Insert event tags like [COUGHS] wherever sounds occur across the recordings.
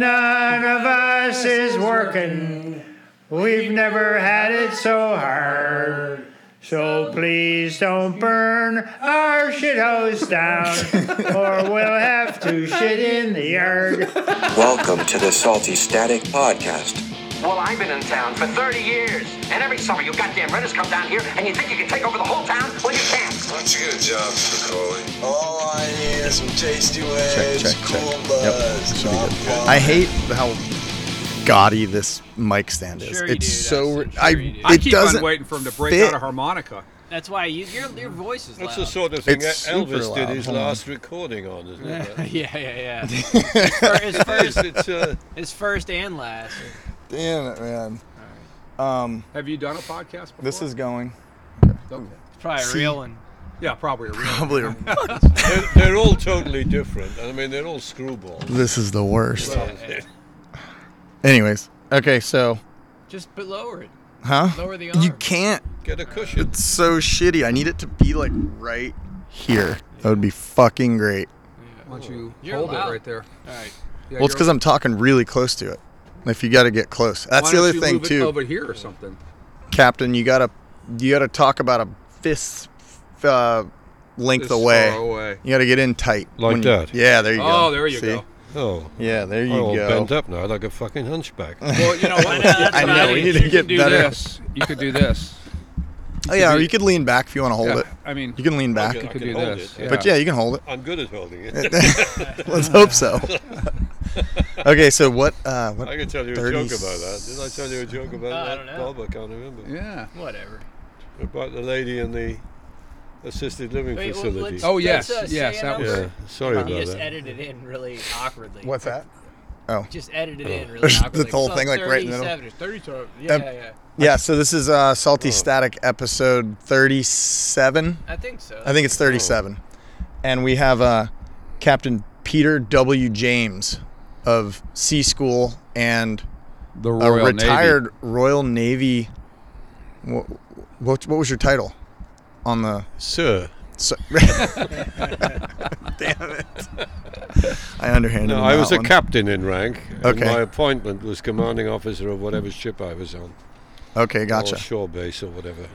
None of us is working. We've never had it so hard. So please don't burn our shithouse down, or we'll have to shit in the yard. Welcome to the Salty Static Podcast. Well, I've been in town for 30 years, and every summer you goddamn renters come down here, and you think you can take over the whole town? Well, you can't. That's a good job, Spicoli. All I need is some tasty waves, check, check. cool Yep. buzz. Should be not good. fun. I hate how gaudy this mic stand is. Sure you it's do, so Dustin. Sure I you do. it I keep doesn't on waiting for him to break fit. out a harmonica. That's why you, your your voice is loud. That's the sort of thing It's that super Elvis did loud. his Hold on. last recording on, isn't [LAUGHS] [LAUGHS] it? yeah, yeah, yeah. [LAUGHS] his, fir- his Yes, first, it's, uh, his first and last. Damn it, man. Have you done a podcast before? This is going. Okay. It's probably a See. real one. Yeah, [LAUGHS] probably. A real. Probably they're, they're all totally different. I mean, they're all screwballs. [LAUGHS] this is the worst. Yeah. Anyways, okay, so [LAUGHS] Just but lower it. huh? Lower the You arm. can't. Get a cushion. It's so shitty. I need it to be like right here. That would be fucking great. Why don't you You're hold loud. it right there? All right. Yeah, Well, it's you're- because I'm talking really close to it. If you got to get close, that's why the don't other you thing move it too, Over here or something. Captain. You gotta, you gotta talk about a fist uh, length This away. far away. You got to get in tight. Like you- that? yeah, there you go. Oh, there you See? go. Oh, Yeah, there you I'm all go. bent up now like a [LAUGHS] fucking hunchback. Well, you know I know, what? that's I what know, do. we need to you get could do better. this. You could do [LAUGHS] this. Oh, yeah, or you could lean back if you want to hold Yeah, it. I mean, You can lean back, I could can do hold this, it. yeah. but yeah, you can hold it. [LAUGHS] I'm good at holding it. Let's hope so. [LAUGHS] okay, so what? Uh, what I can tell you a 30 joke about that. Did I tell you a joke [LAUGHS] about No, I that? don't know. Bob, I can't remember. Yeah. Whatever. About the lady in the assisted living Wait, well, facility. let's- Oh yes, That's us yes, saying that was. over. yeah. Sorry You about just that. edited in really awkwardly. What's that? Just edited [LAUGHS] in really awkwardly. The Oh. whole So thing, like, right in the middle. 37 or 32. Yeah, Um, yeah, yeah. Yeah, so this is uh, Oh. Salty Static episode 37. I think so. I think it's 37. And we have uh, Captain Peter W. James of Sea School and The a retired Royal Navy. What, what, what was your title on the? Sir. [LAUGHS] So, damn it! I underhanded. No, him I that was a one. captain in rank. and Okay. my appointment was commanding officer of whatever ship I was on, Okay, gotcha. or Oh, shore base or whatever.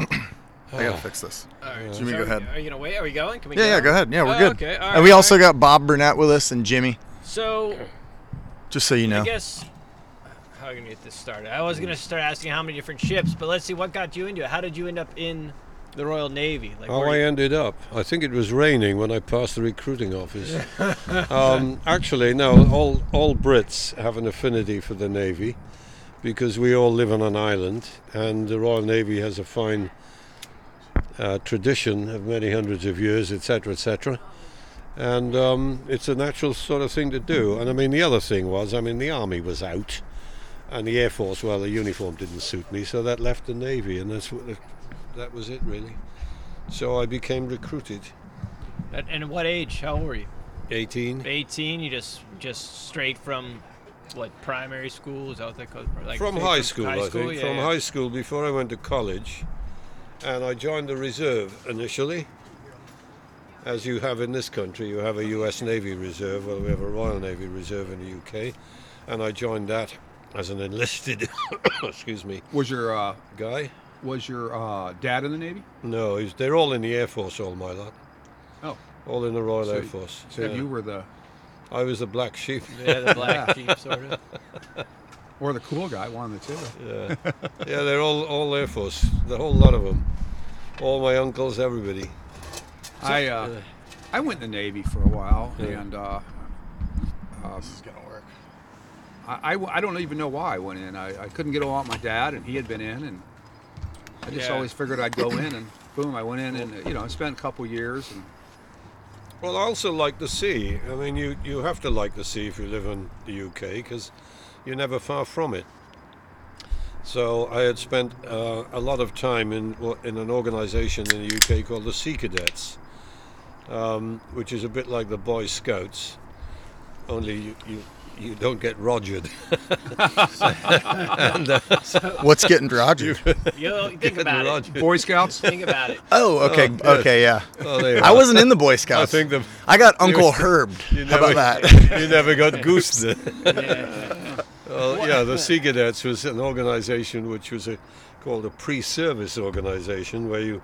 I gotta fix this. All right, Jimmy, so go are- ahead. Are you gonna wait? Are we going? Can we? Yeah, go? yeah, go ahead. Yeah, we're Oh, good. Okay. all and we right, also all right. got Bob Burnett with us and Jimmy. So Just so you know, I guess how are we gonna get this started? I was gonna start asking how many different ships, but let's see what got you into it. How did you end up in the Royal Navy? Like, How were I you- ended up, I think it was raining when I passed the recruiting office. [LAUGHS] um, actually, no, all, all Brits have an affinity for the Navy because we all live on an island and the Royal Navy has a fine uh, tradition of many hundreds of years, etc., etc. And um, it's a natural sort of thing to do. And I mean, the other thing was, I mean, the Army was out and the Air Force, well, the uniform didn't suit me, so that left the Navy and that's what, that was it really. So I became recruited. uh, At- and at what age? How old were you? 18. 18. You just just straight from what primary school? Is that what they call it? Like, From straight high school, high I think. Yeah, From yeah. high school before I went to college. And I joined the reserve initially. As you have in this country, you have a US Navy reserve. Well, we have a Royal Navy reserve in the UK. And I joined that as an enlisted, [COUGHS] excuse me, Was your uh, guy. was your uh, dad in the Navy? No, he's, they're all in the Air Force, all my lot. Oh, All in the Royal So Air you- Force. so Yeah. you were the I was the black sheep. Yeah, [LAUGHS] the black sheep sort of. or the cool guy, one of the two. Yeah, [LAUGHS] yeah, they're all all Air Force, the whole lot of them. All my uncles, everybody. I uh, I went in the Navy for a while, Yeah. and uh, um, this is gonna work. I, I w- I don't even know why I went in. I, I couldn't get along with my dad, and he had been in, and I just Yeah. always figured I'd go [COUGHS] in, and boom, I went in, and uh, you know, I spent a couple years, and Well, I also like the sea. I mean, you you have to like the sea if you live in the UK because you're never far from it. So I had spent uh, a lot of time in wa- in an organisation in the UK called the Sea Cadets, um, which is a bit like the Boy Scouts, only you, you you don't get rogered. [LAUGHS] uh, What's getting Roger? [LAUGHS] You think Getting about it. rogered. [LAUGHS] Boy Scouts. Think about it. Oh, okay, good. okay, yeah. Oh, there you I are. wasn't in the Boy Scouts. think the- I [LAUGHS] got Uncle Herb. How about that? you [LAUGHS] never got goosed. well, yeah, the Sea Cadets was an organization which was a, called a pre-service organization where you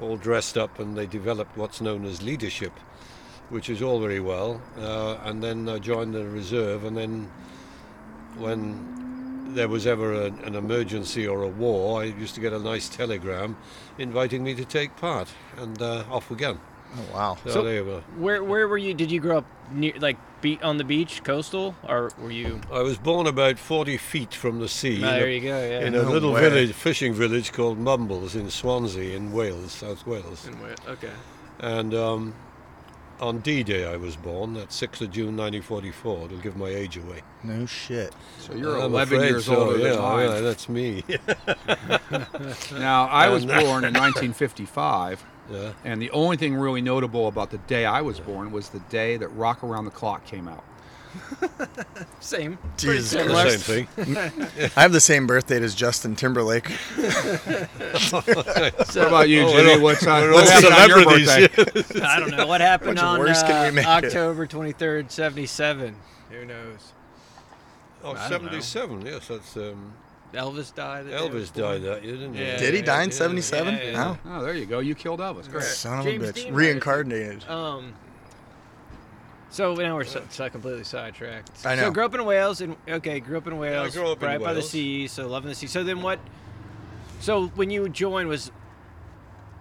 all dressed up and they developed what's known as leadership, which is all very well. Uh, and then I joined the reserve, and then when there was ever a, an emergency or a war, I used to get a nice telegram inviting me to take part, and uh, off we go. Oh, wow. So, So- there you go. Where where were you? Did you grow up near like be, on the beach, coastal, or were you? I was born about 40 feet from the sea. in a- there you go. Yeah. in a No little way. village, fishing village called Mumbles in Swansea in Wales, South Wales. okay. And um, on D-Day I was born, that's 6th of June 1944. It'll give my age away. No shit. So you're I'm 11 afraid years so, older yeah, than I yeah, that's me. Now, I was And- uh, born in 1955, [LAUGHS] yeah. and the only thing really notable about the day I was born was the day that Rock Around the Clock came out. [LAUGHS] Same. Jesus The Christ. same thing. I have the same birth date as Justin Timberlake. What about you, Oh, we're Jimmy? all- What's on, we're what all happened on your celebrities, birthday? I don't know what happened How much on worse can uh, we make it? October twenty third, seventy seven. Who knows? Oh, I don't know. 77, yes, that's... Um, Elvis died. the day Elvis before. died that year, didn't Yeah. he? Did he die in yeah. 77? yeah, yeah. Wow. [LAUGHS] Oh, there you go. You killed Elvis. Great. Son of James a bitch. Dean Reincarnated. Um. So now we're so, so completely sidetracked. I know. So grew up in Wales, and okay, grew up in Wales, grew up in right by the Wales. sea. So loving the sea. So then what? So when you joined, was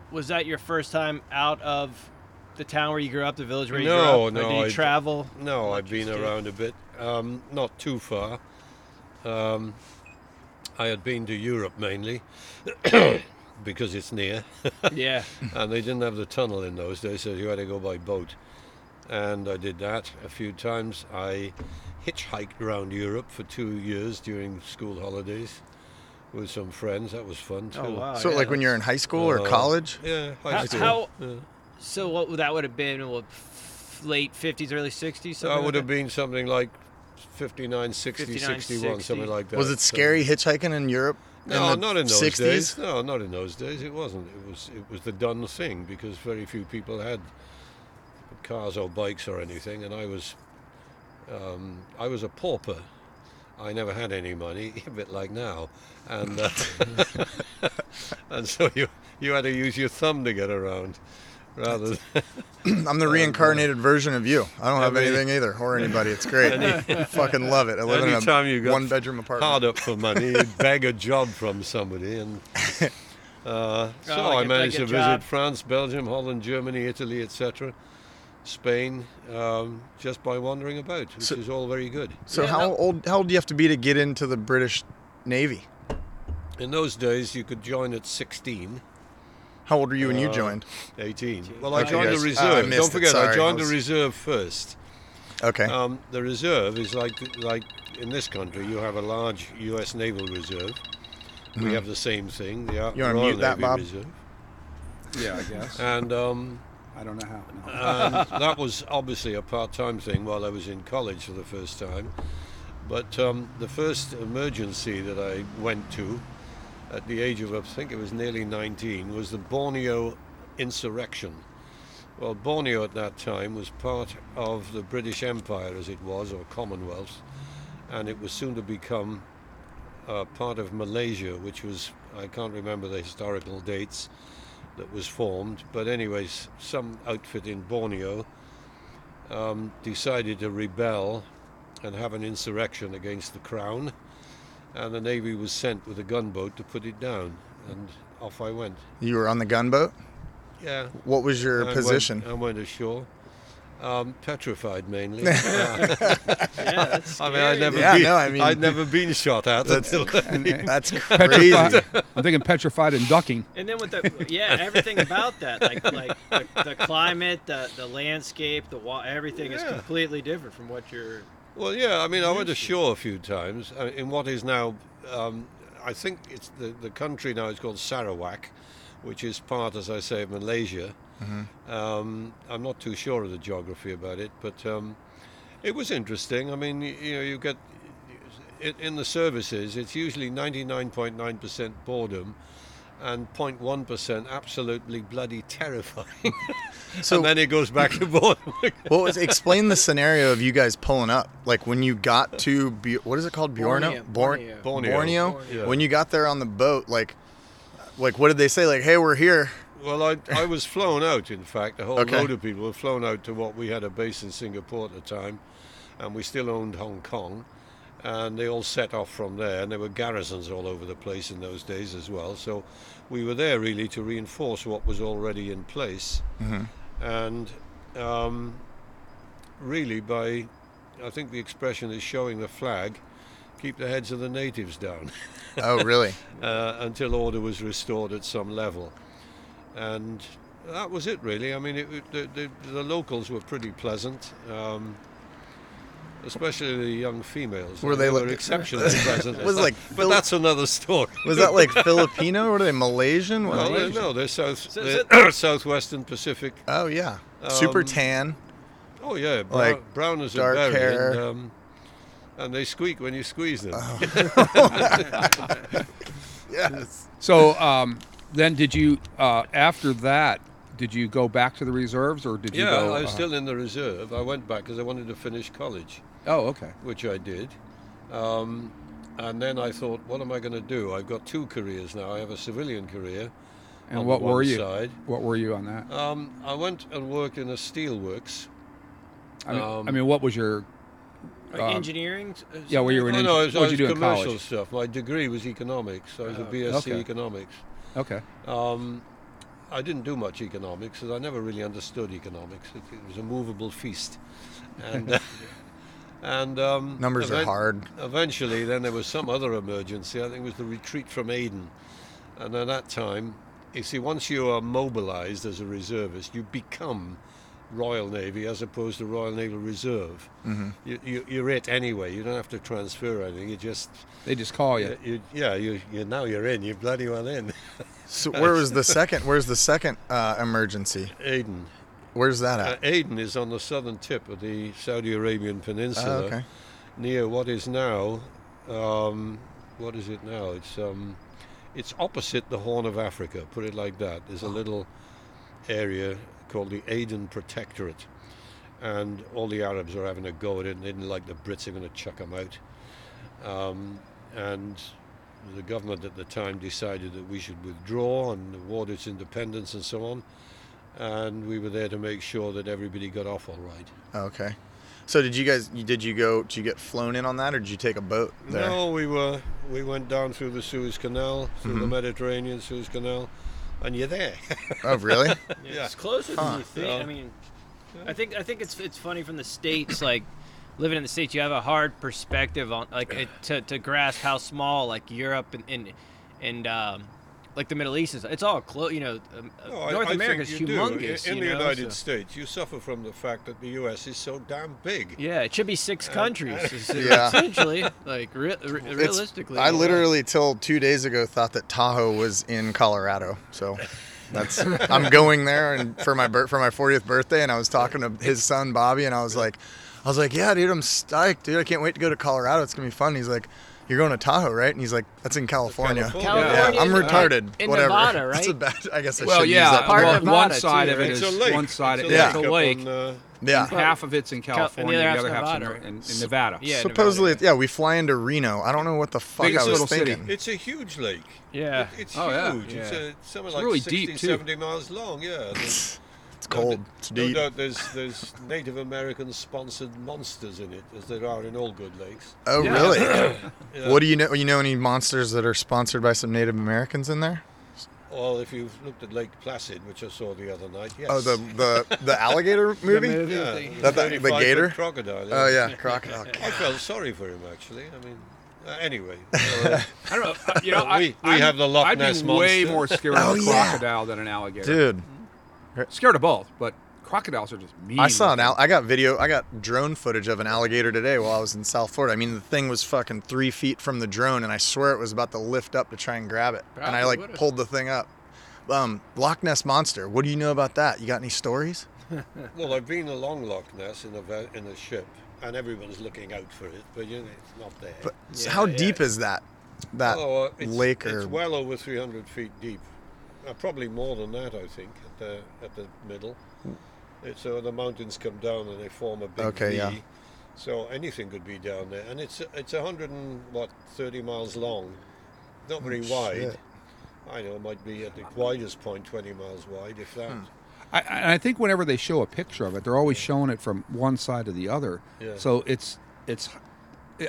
was that your first time out of the town where you grew up, the village where you No, grew up? or no, Did you I- [LAUGHS] travel? No, Much I've been escape. around a bit, um, not too far. Um, I had been to Europe mainly [COUGHS] because [LAUGHS] it's near, yeah. and they didn't have the tunnel in those days, so you had to go by boat. And I did that a few times. I hitchhiked around Europe for two years during school holidays with some friends. That was fun too. Oh wow. so, yeah, like when you're in high school or Uh, college? Yeah, high that's- school. how, how Yeah. so what would- that would have been what, f- late fifties, early sixties. So I would have been something like 59, 60, 59, 61, 60. something like that. Was it So- scary hitchhiking in Europe? No, in the not in those 60s? days. No, not in those days. It wasn't. It was it was the done thing because very few people had cars or bikes or anything, and I was um, I was a pauper. I never had any money, [LAUGHS] a bit like now, and uh, [LAUGHS] and so you you had to use your thumb to get around. Rather, than, I'm the reincarnated version of you. I don't have Every- anything either or anybody. It's [LAUGHS] great. Fucking love it. I live in anytime you a got one bedroom apartment. hard up for [LAUGHS] money, you'd beg a job from somebody, and [LAUGHS] uh, so Oh, like I a- managed like a to visit job. France, Belgium, Holland, Germany, Italy, etc., Spain, um, just by wandering about, which So- is all very good. So Yeah, how no. old how old do you have to be to get into the British Navy? In those days, you could join at 16. How old were you when you Uh, joined? 18. Well, I Okay, joined guys. Ah, the I reserve. missed Don't it, forget, I sorry. joined I was- the reserve first. Okay. Um, the reserve is like like in this country, you have a large U.S. naval reserve. We have the same thing. The Ar- You wanna Royal Mm-hmm. mute that, Navy Bob? Reserve. Yeah, I guess. And um, I don't know how. No. [LAUGHS] and that was obviously a part-time thing while I was in college for the first time. But um, the first emergency that I went to at the age of, I think it was nearly 19, was the Borneo insurrection. Well, Borneo at that time was part of the British Empire, as it was, or Commonwealth, and it was soon to become uh, part of Malaysia, which was, I can't remember the historical dates, that was formed. But anyways, some outfit in Borneo um, decided to rebel and have an insurrection against the crown, and the navy was sent with a gunboat to put it down. And off I went. you were on the gunboat? Yeah, What was your I uh, position? Went, I went ashore. Um, [LAUGHS] petrified mainly. I [LAUGHS] mean, I'd never, Yeah, been, no, I mean- would never been shot at [LAUGHS] [LAUGHS] until [LAUGHS] That's crazy. I'm thinking petrified and ducking. And then with the yeah, everything about that, [LAUGHS] like like the, the climate, the the landscape, the wa- everything is Yeah. completely different from what you're. Well, yeah, I mean, I went ashore a few times uh, in what is now, um, I think it's the, the country now is called Sarawak, which is part, as I say, of Malaysia. Um, I'm not too sure of the geography about it, but um, It was interesting. I mean, y- you know, you get i- in the services, it's usually 99.9% boredom and 0.1% absolutely bloody terrifying. So- [LAUGHS] and then it goes back to boredom. [LAUGHS] Well, was, explain the scenario of you guys pulling up. Like when you got to Bu- what is it called? Borneo. Borneo. Borneo. Borneo. Yeah. When you got there on the boat, like, like what did they say? Like, hey, we're here. well, I, I was flown out, in fact. A whole Okay. load of people were flown out to what we had a base in Singapore at the time, and we still owned Hong Kong. And they all set off from there, and there were garrisons all over the place in those days as well. So we were there really to reinforce what was already in place. And um, really, by I think the expression is showing the flag, keep the heads of the natives down Oh, really? uh, until order was restored at some level. And that was it, really. I mean, it, it- the, the, the locals were pretty pleasant, um, especially the young females. Were they were like- [LAUGHS] exceptionally pleasant. Was it like but Phil- [LAUGHS] that's another story. Was that like Filipino? What are they? Malaysian? What Well, are they're, they? no, they're south, Oh, So- they're [COUGHS] southwestern Pacific. Oh yeah. Super Um, tan. Oh yeah, brown, Like brown as dark a berry, hair. And, Oh, um, and they squeak when you squeeze them. Yes. So um, then, did you uh, after that? Did you go back to the reserves, or did you? yeah, go, I uh-huh. was uh, still in the reserve. I went back because I wanted to finish college. Oh, okay. which I did. Um, and then I thought, what am I going to do? I've got two careers now. I have a civilian career. And on what the one were you? Side. What were you on that? Um, I went and worked in a steelworks. I, mean, um, I mean, what was your? Like engineering? uh, Yeah, well, you Oh, were in. No, engi- Oh, no, I was, I what was did you do in commercial college? Oh, stuff. My degree was economics. I was a BSc okay. economics. Okay. Um, I didn't do much economics because I never really understood economics. It, it was a movable feast. And, [LAUGHS] and um, Numbers are event- hard. Eventually, then there was some other emergency. I think it was the retreat from Aden. And at that time, you see, once you are mobilized as a reservist, you become Royal Navy as opposed to Royal Naval Reserve. You, you, you're it anyway. You don't have to transfer anything. You just, They just call you. you, you, yeah, you, you now you're in. You're bloody well in. [LAUGHS] So Uh, where was the second? Where's the second uh, emergency? Aden. Where's that Uh, at? Aden is on the southern tip of the Saudi Arabian Peninsula, Oh, okay. near what is now, um, what is it now? It's um, it's opposite the Horn of Africa. Put it like that. Oh. There's a little area called the Aden Protectorate, and all the Arabs are having a go at it, and they didn't like the Brits. They're going to chuck them out, um, and. The government at the time decided that we should withdraw and award its independence and so on and we were there to make sure that everybody got off all right. Okay. So did you guys? you- Did you go? Did you get flown in on that, or did you take a boat there? No, we were we went down through the Suez Canal, through the Mediterranean Suez Canal, and you're there. [LAUGHS] Oh, really? Yeah, It's closer than you think. Yeah. I mean, I think I think it's it's funny from the [COUGHS] states like living in the states you have a hard perspective on like it, to to grasp how small like Europe and and, and um, like the Middle East is. It's all close, you know. um, uh, No, Oh, I- I North think America is you do. humongous. In, in you the know, United so- States, you suffer from the fact that the U.S. is so damn big. Yeah, it should be six Uh, countries. [LAUGHS] is- is Yeah. Essentially, like re- re- It's- realistically. I literally till two days ago thought that Tahoe was in Colorado. So that's I'm going there and for my bir- for my 40th birthday, and I was talking to his son Bobby, and I was like, I was like, yeah, dude, I'm stoked, dude. I can't wait to go to Colorado. It's gonna be fun. He's like. You're going to Tahoe, right? And he's like, "That's in California." California. Yeah, I'm California retarded. and- in Whatever. [LAUGHS] Nevada, That's a right? bad. I guess I Well, should yeah. use that. Part well, of word. Nevada, one side too, of right? it It's is a lake. one side. It's of a it- Yeah. it's lake a up lake. on, uh, Yeah. half of it's in California, half's the other half's in, Nevada. in, in Nevada. Yeah. Nevada, Supposedly, it's- yeah, we fly into Reno. I don't know what the fuck Biggest I was little city. thinking. it's a huge lake. Yeah. It- it's Oh, yeah. huge. It's Yeah. a, something It's like really 60, deep, too. 70 miles long. Yeah. There's It's cold. It's no deep. doubt there's there's Native American sponsored monsters in it, as there are in all good lakes. Oh, really? What do you know? You know any monsters that are sponsored by some Native Americans in there? Well, if you've looked at Lake Placid, which I saw the other night, yes. Oh, the the [LAUGHS] the alligator movie. yeah, That- that- the 35 foot gator? crocodile. Oh [LAUGHS] yeah, crocodile. I felt sorry for him actually. I mean, uh, [LAUGHS] anyway, uh, I don't know. [LAUGHS] You know, We- we have the Loch Ness I'd be way Monster. more scared Oh, of a yeah. crocodile than an alligator. Dude, Scared of both, but crocodiles are just mean. I saw an al- I got video. I got drone footage of an alligator today while I was in South Florida. I mean, the thing was fucking three feet from the drone, and I swear it was about to lift up to try and grab it, and I Probably like would've. pulled the thing up. Um, Loch Ness monster. What do you know about that? You got any stories? well, I've been along Loch Ness in a ve- in a ship, and everyone's looking out for it, but you know, it's not there. But so how yeah. deep is that? That Oh, uh, it's, lake it's or well over 300 feet deep. Uh, probably more than that, I think, at the, at the middle. It's, so the mountains come down and they form a big Okay, V. yeah. So anything could be down there, and it's it's 100 and what 30 miles long, not very wide. Oh, shit. I know it might be at the widest point 20 miles wide, if that. Hmm. I, I I think whenever they show a picture of it, they're always showing it from one side to the other. Yeah. So it's it's.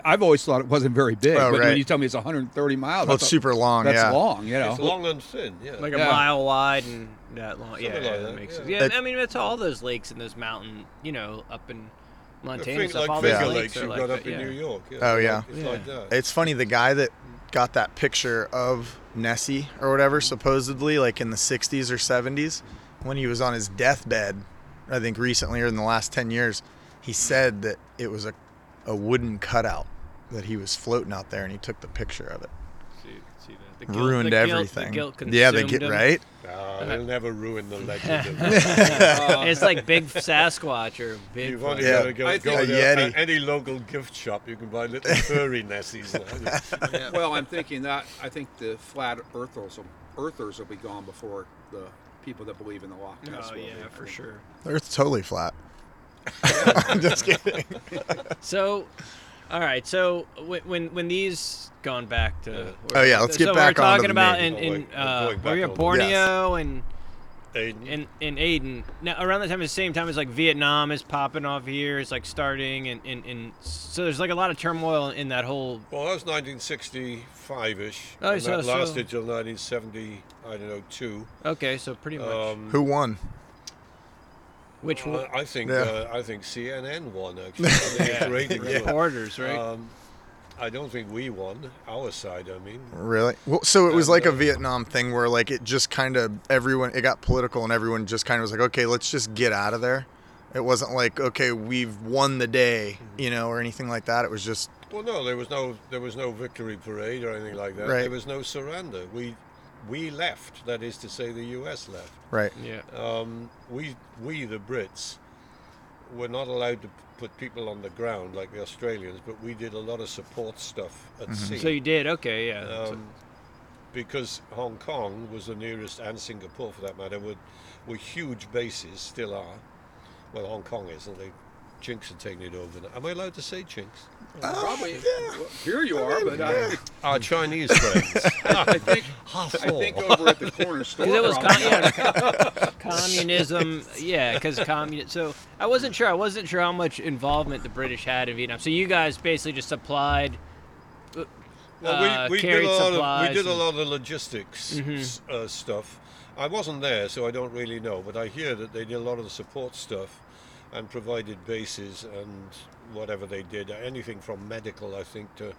I've always thought it wasn't very big, Oh, but when right. you tell me it's 130 miles, Well, I it's thought- super long, That's yeah. long, you know. It's long and thin, yeah. like a Yeah. mile wide and that long. Yeah, Something yeah, like that that, makes yeah. sense. Yeah, It- I mean it's all those lakes and those mountain, you know, up in Montana and Think stuff. like all Finger those Yeah. lakes Lakes are you've like got that, up in yeah. New York. Oh, it's yeah. like- It's like Yeah. [LAUGHS] that. It's funny the guy that got that picture of Nessie or whatever, supposedly like in the 60s or 70s, when he was on his deathbed, I think recently or in the last 10 years, he said that it was a, a wooden cutout that he was floating out there and he took the picture of it. See- see that. The guilt- Ruined the guilt- the everything. guilt yeah, they consumed get him. right. Ah, they'll never ruin the [LAUGHS] legend of that. And Oh, it's like [LAUGHS] big Sasquatch or big. [LAUGHS] You've only Yeah. got to go, I go think- to A Yeti. a- any local gift shop. You can buy [LAUGHS] little furry Nessies now. Well, I'm thinking that I think the flat earthers will, earthers will be gone before the people that believe in the Loch Ness. Oh will be. yeah, for sure. The Earth's totally flat. I'm just kidding. So, all right. So when when, when these gone back to Oh, yeah, let's get so back we're onto talking the about in, main- Oh, in wait, we're uh, going back were you on at the- Borneo and Aiden, in in Aden now around the time at the same time as like Vietnam is popping off here it's like starting and, and, and so there's like a lot of turmoil in that whole well, that was 1965-ish. Oh, and so- that so- lasted till 1970, I don't know, two. okay so pretty much Um, Who won? which I- one I think Yeah. uh, I think [LAUGHS] CNN won actually. I think it's rating yeah. won. orders right Um, I don't think we won. Our side, I mean. Really? Well, so it was like a And, uh, Vietnam thing where like it just kind of everyone it got political and everyone just kind of was like, okay, let's just get out of there. It wasn't like okay, we've won the day, Hmm. you know, or anything like that. It was just Well, no, there was no there was no victory parade or anything like that. Right. There was no surrender. We we left. That is to say, the U.S. left. right. yeah um, we we the Brits were not allowed to p- put people on the ground like the Australians, but we did a lot of support stuff at Mm-hmm. sea so you did okay yeah So- um, because Hong Kong was the nearest, and Singapore for that matter, were, were huge bases, still are. Well, Hong Kong isn't. They, Chinks are taking it over. now. Am I allowed to say Chinks? Probably. Oh, well, here you are, but I, [LAUGHS] Our Chinese friends. Ah, I think How I think so? over at the [LAUGHS] corner store. 'Cause it [LAUGHS] was probably- con- yeah, communism. Yeah, because communist. So I wasn't sure. I wasn't sure how much involvement the British had in Vietnam. So you guys basically just supplied. uh, Well, we, we, did carried a lot of, supplies we did a and- Mm-hmm. lot of logistics s- uh, stuff. I wasn't there, so I don't really know, but I hear that they did a lot of the support stuff and provided bases and whatever they did, anything from medical, I think, to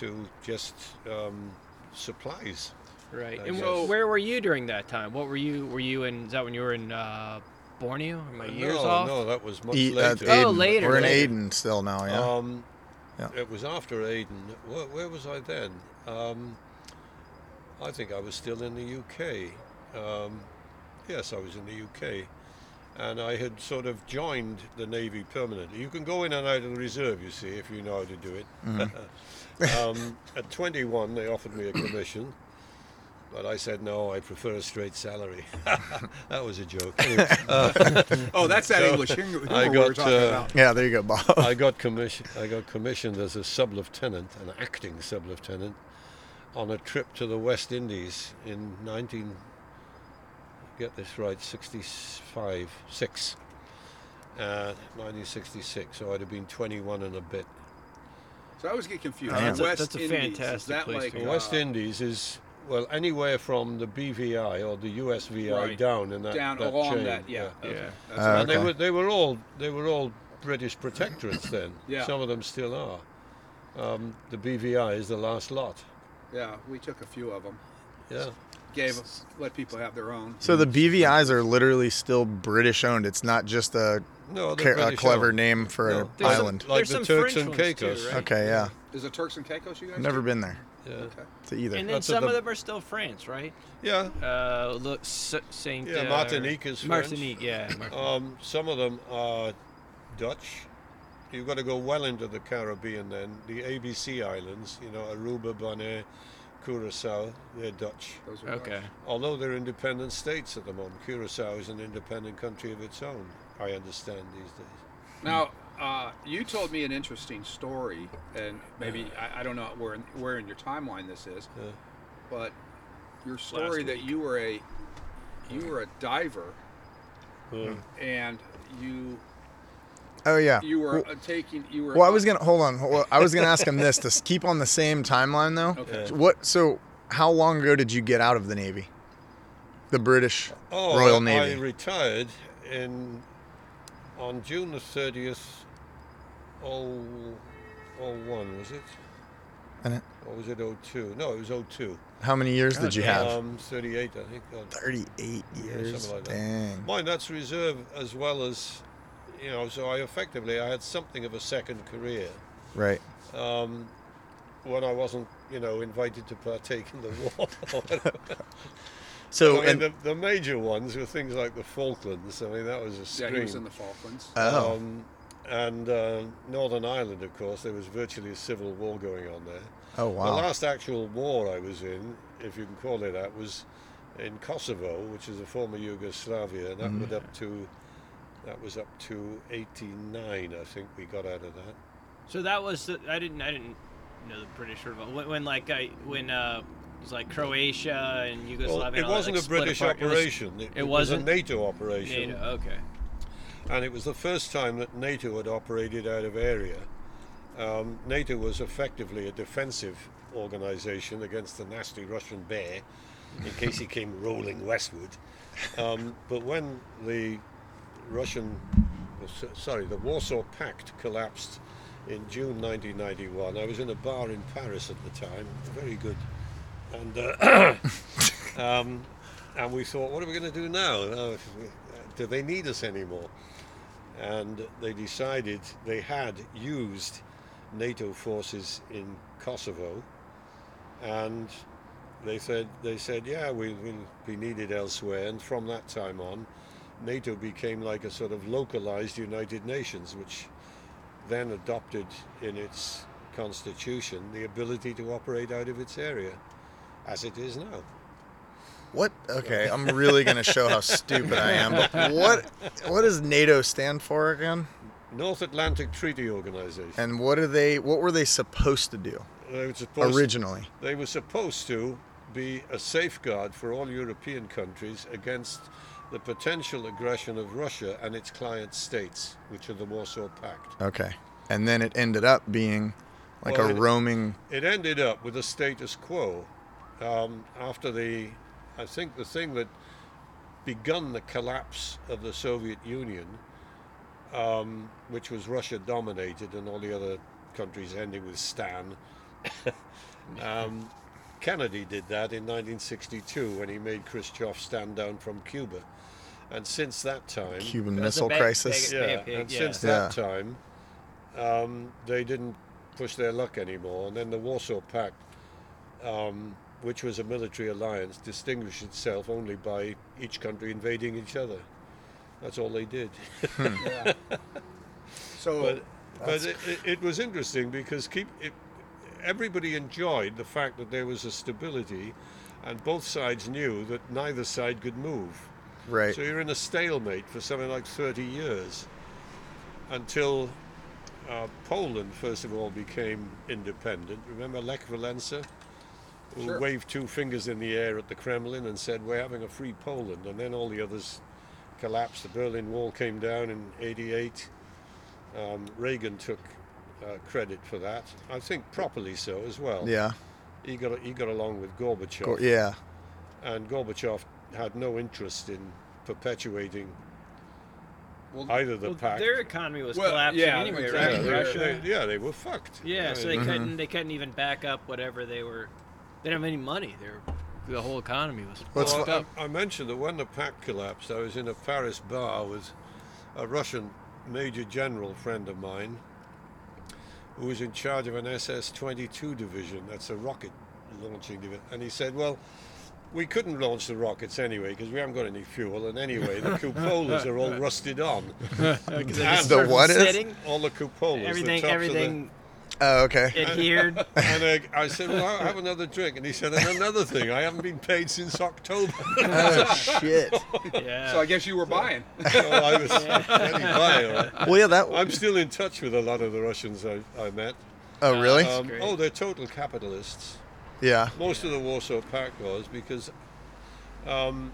to just um, supplies. Right. I And guess. wh- where were you during that time? What were you? Were you in? Is that when you were in uh, Borneo? Are my years Uh, no, off? no, that was much E- that's later. Oh, Aden. later, We're in later. Aden still now, yeah. Um, Yeah. It was after Aden. Where, where was I then? Um, I think I was still in the UK. Um, yes, I was in the UK. And I had sort of joined the Navy permanently. You can go in and out of the reserve, you see, if you know how to do it. [LAUGHS] um, at 21, they offered me a commission. But I said, no, I prefer a straight salary. [LAUGHS] that was a joke. Anyway, uh, Oh, that's that So, English humor humor I we were got, talking uh, about. yeah, there you go, [LAUGHS] Bob. Uh, I got commission. I got commissioned as a sub lieutenant, an acting sub lieutenant, on a trip to the West Indies in 19. Get this right, 65, six, uh, 1966. So I'd have been 21 and a bit. So I always get confused. That's a- West that's a Indies, is fantastic that place like, to The uh, West Indies is well anywhere from the BVI or the USVI Right. down in that down that along chain. that. Yeah. Yeah. okay. That's Uh, And they Okay. were they were all they were all British protectorates then. Yeah. Some of them still are. Um, the BVI is the last lot. yeah. We took a few of them. Yeah. Gave let people have their own. So the BVIs are literally still British owned. It's not just a, No, ca- they're a British clever owned. name for No. an There's some- island. Like There's the some Turks French and ones too, Caicos. Uh, right? Okay, yeah. Is it Turks and Caicos? You guys? Never do? been there Yeah. Okay. to either. And then That's a- some of the- them are still France, right? Yeah. Uh, look, S- Saint. Yeah, uh, Martinique is Oh, French. [LAUGHS] Martinique, yeah. Mar- Um, some of them are Dutch, you've got to go well into the Caribbean then. The ABC islands, you know, Aruba, Bonaire, Curacao, they're Dutch. Those are Okay. Although they're independent states at the moment, Curacao is an independent country of its own. I understand these days. Now, uh, you told me an interesting story, and maybe I, I don't know where in, where in your timeline this is, but your story that you were a you were a diver Hmm. and you Oh yeah. you were Well, uh, taking you were. Well, I was gonna hold on. Well, I was gonna ask him this to s- keep on the same timeline though. Okay. So what? So how long ago did you get out of the Navy? The British Oh, Royal I- I Navy. retired in on June the 30th, oh, oh one was it? And it- Or was it 02? No, it was 02. how many years did you have? Um, 38, I think. or- Thirty-eight years. something like that. Dang. Mine, that's reserve as well as, you know, so I effectively, I had something of a second career Right. when I wasn't, you know, invited to partake in the war. [LAUGHS] or whatever. So I mean, and the, the major ones were things like the Falklands. I mean, that was a yeah, scream. he was in the Falklands. oh, um, and uh, Northern Ireland, of course, there was virtually a civil war going on there. oh The wow. last actual war I was in, if you can call it that, was in Kosovo, which is the former Yugoslavia, and that Mm-hmm. went up to that was up to 89, I think we got out of that. So that was the, I didn't I didn't know the British revolt when, when like I when uh it was like Croatia and Yugoslavia. Well, and it all that, wasn't like, a split British apart. It was- operation. It was a wasn't? NATO operation, NATO, okay. and it was the first time that NATO had operated out of area. Um, NATO was effectively a defensive organization against the nasty Russian bear, in case he came rolling westward. Um, but when the Russian, well, so- sorry, the Warsaw Pact collapsed in June 1991, I was in a bar in Paris at the time, very good, and. Uh, [COUGHS] um, and we thought, what are we going to do now? Uh, Do they need us anymore? And they decided they had used NATO forces in Kosovo, and they said they said, yeah, we will be needed elsewhere. And from that time on, NATO became like a sort of localized United Nations, which then adopted in its constitution the ability to operate out of its area, as it is now. What? Okay, I'm really gonna show how stupid I am. But what? What does NATO stand for again? North Atlantic Treaty Organization. And what are they? What were they supposed to do they, were supposed, originally? they were supposed to be a safeguard for all European countries against the potential aggression of Russia and its client states, which are the Warsaw Pact. Okay. And then it ended up being like Well, a it- roaming. It ended up with a status quo um, after the, I think the thing that begun the collapse of the Soviet Union, um, which was Russia dominated and all the other countries ending with Stan. um, Kennedy did that in 1962 when he made Khrushchev stand down from Cuba. And since that time, Cuban That's a Missile big- Crisis. big- yeah, pig, and yeah. since that time, um, they didn't push their luck anymore. And then the Warsaw Pact, um, which was a military alliance, distinguished itself only by each country invading each other. That's all they did. so but but it, it, it was interesting because keep it, everybody enjoyed the fact that there was a stability, and both sides knew that neither side could move. Right. So you're in a stalemate for something like 30 years until uh, Poland, first of all, became independent. Remember Lech Walesa, who Sure. waved two fingers in the air at the Kremlin and said, We're having a free Poland. And then all the others collapsed. The Berlin Wall came down in 88. Um, Reagan took uh, credit for that. I think properly so as well. Yeah. He got, he got along with Gorbachev Go- Yeah. and Gorbachev had no interest in perpetuating Well, either the Well, pact. their economy was Well, collapsing yeah, anyway, yeah, exactly. right? they, Russia. they- yeah, they were fucked. Yeah, I so they mean, couldn't they couldn't even back up whatever they were. They didn't have any money. They were, the whole economy was What's fucked well, up. I, I mentioned that when the pact collapsed, I was in a Paris bar with a Russian major general friend of mine who was in charge of an SS 22 division. That's a rocket launching division. And he said, Well, we couldn't launch the rockets anyway because we haven't got any fuel, and [LAUGHS] anyway the cupolas are all rusted on. It's the what is? All the cupolas. the Everything, tops of the- [LAUGHS] everything Oh, okay. adhered. and I, I said, "Well, I'll have another drink." And he said, "And another thing, I haven't been paid since October." [LAUGHS] Oh shit. Yeah. So I guess you were buying. so I was bloody buyer. Well, yeah, that. I'm still in touch with a lot of the Russians I, I met. oh, really? Um, oh, they're total capitalists. yeah. Most of the Warsaw Pact was because um,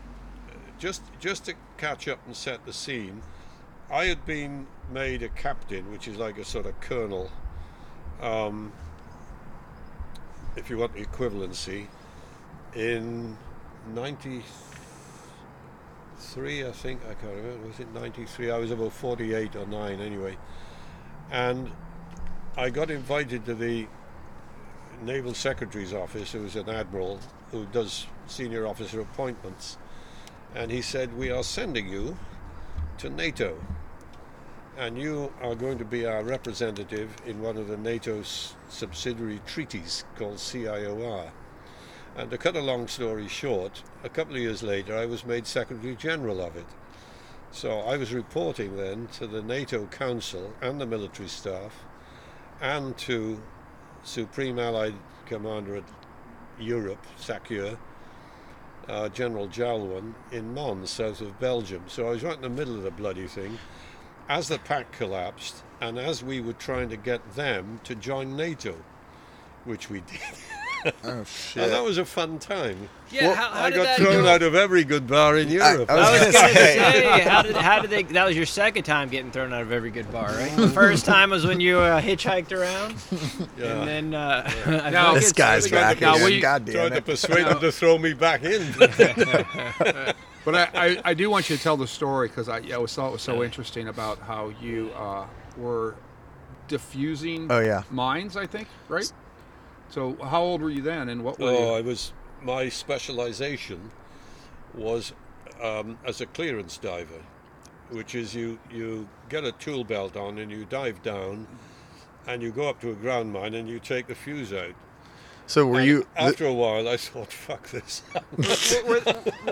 just just to catch up and set the scene, I had been made a captain, which is like a sort of colonel, um, if you want the equivalency, in '93, I think. I can't remember. Was it '93? I was about 48 or nine, anyway, and I got invited to the naval secretary's office, who is an admiral who does senior officer appointments, and he said, "We are sending you to NATO, and you are going to be our representative in one of the NATO's subsidiary treaties called CIOR." And to cut a long story short, a couple of years later, I was made secretary general of it. So I was reporting then to the NATO Council and the military staff, and to Supreme Allied Commander at Europe, SACEUR, uh, General Jalwan, in Mons, south of Belgium. So I was right in the middle of the bloody thing. As the pact collapsed, and as we were trying to get them to join NATO, which we did. [LAUGHS] Oh And that shit. was a fun time. yeah. Well, how, how I did got that thrown go? out of every good bar in Europe. I was I was gonna gonna say. say, how did how did they? That was your second time getting thrown out of every good bar, right? The first time was when you uh, hitchhiked around, Yeah. and then uh, [LAUGHS] I feel Now- [LAUGHS] like This it's- guy's we got back the- now again. we- God Tried damn to it. persuade them to throw me back in. [LAUGHS] But I, I, I do want you to tell the story because I, I always thought it was so interesting about how you uh, were diffusing Oh, yeah. mines, I think, right? So how old were you then and what were Oh, I you? was my specialization was um, as a clearance diver, which is you you get a tool belt on and you dive down, and you go up to a ground mine and you take the fuse out. So were you? After a while, I thought, [LAUGHS] "Fuck this."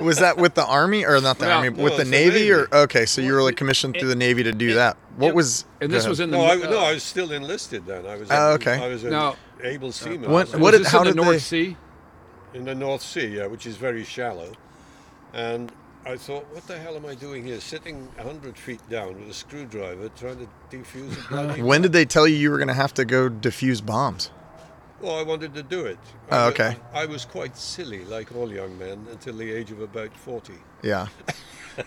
Was that with the army or not the No, army? no, With the it's the navy, Navy. or okay? So you were like commissioned through the navy to do that. What was? And go this ahead. was in the no, I, uh, no, I was still enlisted then. I was Oh, a- okay. I was an Now- able seaman When- I was was what did- this how in the did North they- Sea? in the North Sea, yeah, which is very shallow, and. I thought, what the hell am I doing here, sitting 100 feet down with a screwdriver trying to defuse a [LAUGHS] bloody When did they tell you you were gonna have to go defuse bombs? Well, I wanted to do it. Oh, I- okay. I was quite silly, like all young men, until the age of about 40. Yeah.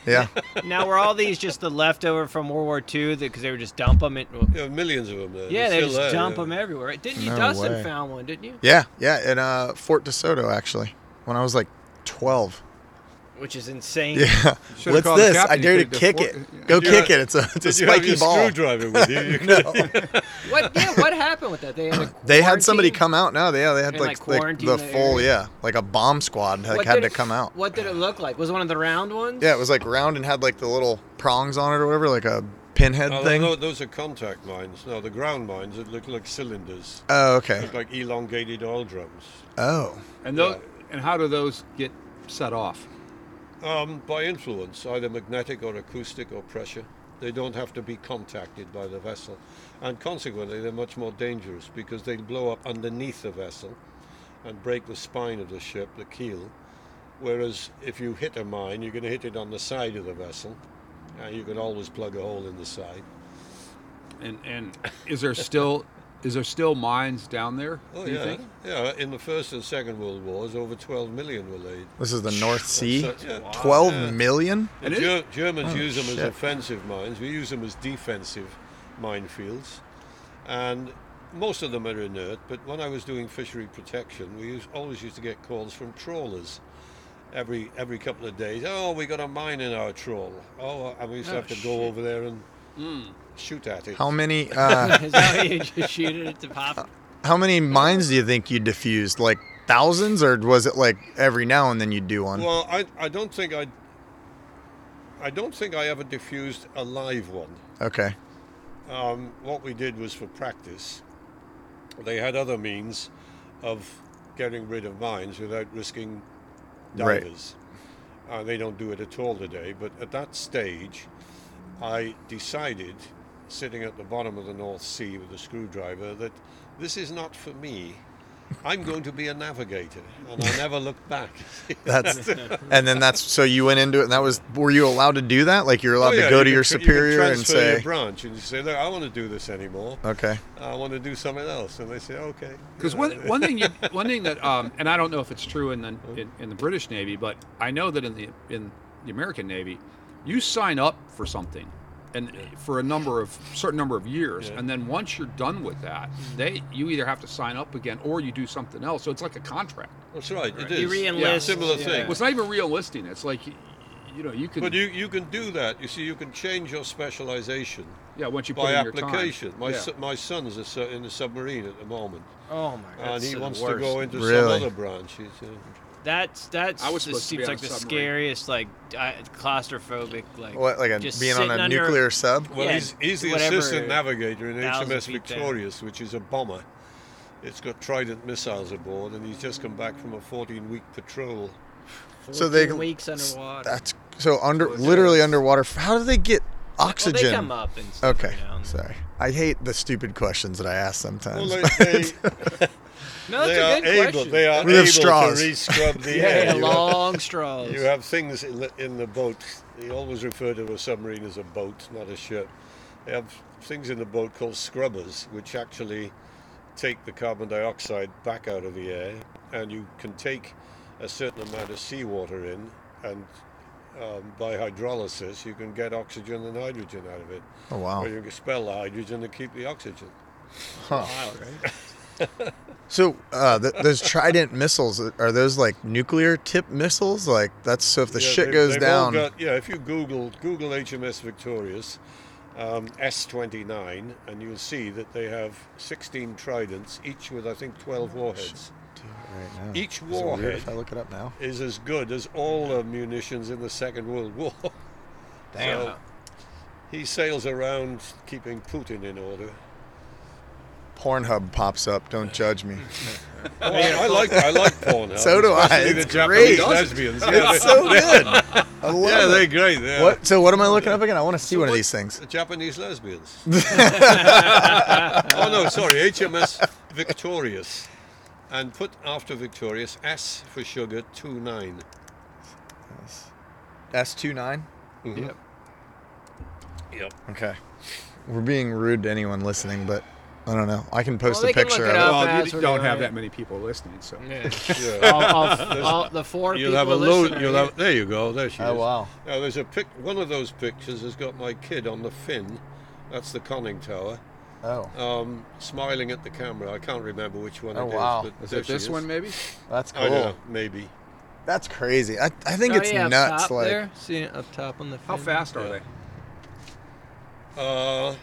Yeah. now were all these just the leftover from World War II because they were just dump them in? There are millions of them there. Yeah, They're they still just there, dump yeah. them everywhere. right? Didn't you, No Dustin, way. found one? Didn't you? Yeah. Yeah. In uh, Fort DeSoto, actually, when I was like [LAUGHS] 12. Which is insane. Yeah. Should've What's called the this? I captain, dare to you could've kick just it. [LAUGHS] walked- Go Did you kick have- it. It's a it's a Did you have spiky your ball. screwdriver with you? [LAUGHS] You No. What? Yeah. What happened with that? They had a [LAUGHS] They had somebody quarantine? come out. No, they, yeah, they had And, like, like, like, quarantine the the full, area? yeah, like a bomb squad like, What had did to it- come out. What did it look like? Was it one of the round ones? Yeah, it was like round and had like the little prongs on it or whatever, like a pinhead Oh, thing. no, those are contact mines. No, the ground mines that look like cylinders, Oh, okay. look like elongated oil drums. Oh, And, those, and how do those get set off? Um, by influence, either magnetic or acoustic or pressure. They don't have to be contacted by the vessel. And consequently, they're much more dangerous because they blow up underneath the vessel and break the spine of the ship, the keel. Whereas if you hit a mine, you're going to hit it on the side of the vessel. And you can always plug a hole in the side. And and is there still is there still mines down there? Oh, do you yeah. think? Yeah, in the First and Second World Wars, over 12 million were laid. this is the North Sea. So, yeah. Twelve Yeah. million? The It is- Ger- Germans use them as shit. offensive mines. We use them as defensive minefields, and most of them are inert. But when I was doing fishery protection, we used, always used to get calls from trawlers every every couple of days. Oh, we got a mine in our trawl. Oh, and we used to have to go over there and shoot at it. How many? Uh, [LAUGHS] [LAUGHS] Is that what you just shoot it at the pop? how many mines do you think you diffused? Like thousands, or was it like every now and then you do one? Well, I, I don't think I. I don't think I ever diffused a live one. Okay. um, what we did was for practice. They had other means of getting rid of mines without risking Right. divers. Uh, they don't do it at all today. But at that stage, I decided, sitting at the bottom of the North Sea with a screwdriver, that this is not for me. I'm going to be a navigator, and I never looked [LAUGHS] back. That's and then that's so you went into it and that was were you allowed to do that? Like you're allowed Oh, yeah, to go you to can your tr- you can superior and transfer your say, branch, and you say, "Look, I want to do this anymore. okay, I want to do something else," and they say, "Okay." Because one, one thing you, one thing that um, and I don't know if it's true in the in, in the British Navy, but I know that in the in the American Navy, you sign up for something, and for a number of certain number of years, and then once you're done with that, they you either have to sign up again or you do something else. So it's like a contract. That's right. It is. You yeah, re-enlist, similar yeah. thing. Well, it's not even real listing. It's like, y- you know, you can But you, you can do that. You see, you can change your specialization yeah once you put by in your application. Time. My yeah. so- my son's a, so- in the submarine at the moment, Oh my god. and he so the wants to worst. go into Really? some other branch. He's, uh, That's that's I just was supposed to be seems on like a the submarine. scariest, like di- claustrophobic, like what like a, just being on sitting a under- nuclear sub? well, Yeah, he's, he's the whatever, assistant navigator in 1,000 HMS feet down. Victorious, which is a bomber. It's got Trident missiles aboard, and he's just come back from a 14-week patrol. So they 14 weeks underwater. That's so under literally underwater. How do they get well, oxygen? they come up and stuff Okay, every now and then. sorry. I hate the stupid questions that I ask Well, sometimes. they, No, that's a are good able. question. They are We have able straws. to re-scrub the [LAUGHS] air. yeah, You have- long straws. You have things in the, in the boat. They always refer to a submarine as a boat, not a ship. They have things in the boat called scrubbers, which actually take the carbon dioxide back out of the air, and you can take a certain amount of seawater in, and um, by hydrolysis, you can get oxygen and hydrogen out of it. oh wow. Or you can expel the hydrogen and keep the oxygen. [LAUGHS] So uh, th- those Trident missiles are those like nuclear tip missiles? Like that's so if the Yeah, shit they've- goes they've all down. got- yeah, if you Google Google HMS Victorious um, S29, and you'll see that they have 16 tridents, each with I think 12 Oh, warheads. Right now. Each Is it weird warhead if I look it up now. is as good as all the munitions in the Second World War. [LAUGHS] Damn. So he sails around keeping Putin in order. Pornhub pops up. Don't judge me. Oh, I, I like I [LAUGHS] like porn. So do I. especially It's the Japanese great. lesbians. [LAUGHS] Yeah, it's so good. I love they, yeah, it. they're great. yeah. What? So what am I looking up again? I want to see one of these things. The Japanese lesbians. [LAUGHS] oh no, sorry, HMS Victorious, and put after Victorious S for sugar two nine. S 29 Yep. Yep. Okay. We're being rude to anyone listening, but I don't know. I can post Well, a they can picture look of it it. up. Well, That's you what don't they have are. that many people listening, so Yeah. [LAUGHS] Yeah. all, all, all, the four You'll people have a load. listening. You'll have. There you go. There she Oh, is. wow. Now there's a pic. One of those pictures has got my kid on the fin. That's the conning tower, Oh, um, smiling at the camera. I can't remember which one Oh, it is. wow. Oh. But is there it she this is. one maybe? that's I know. cool. Maybe. That's crazy. I, I think it's oh, yeah, nuts. Up top like there? See it up top on the. How fin? fast are Yeah. they? Uh,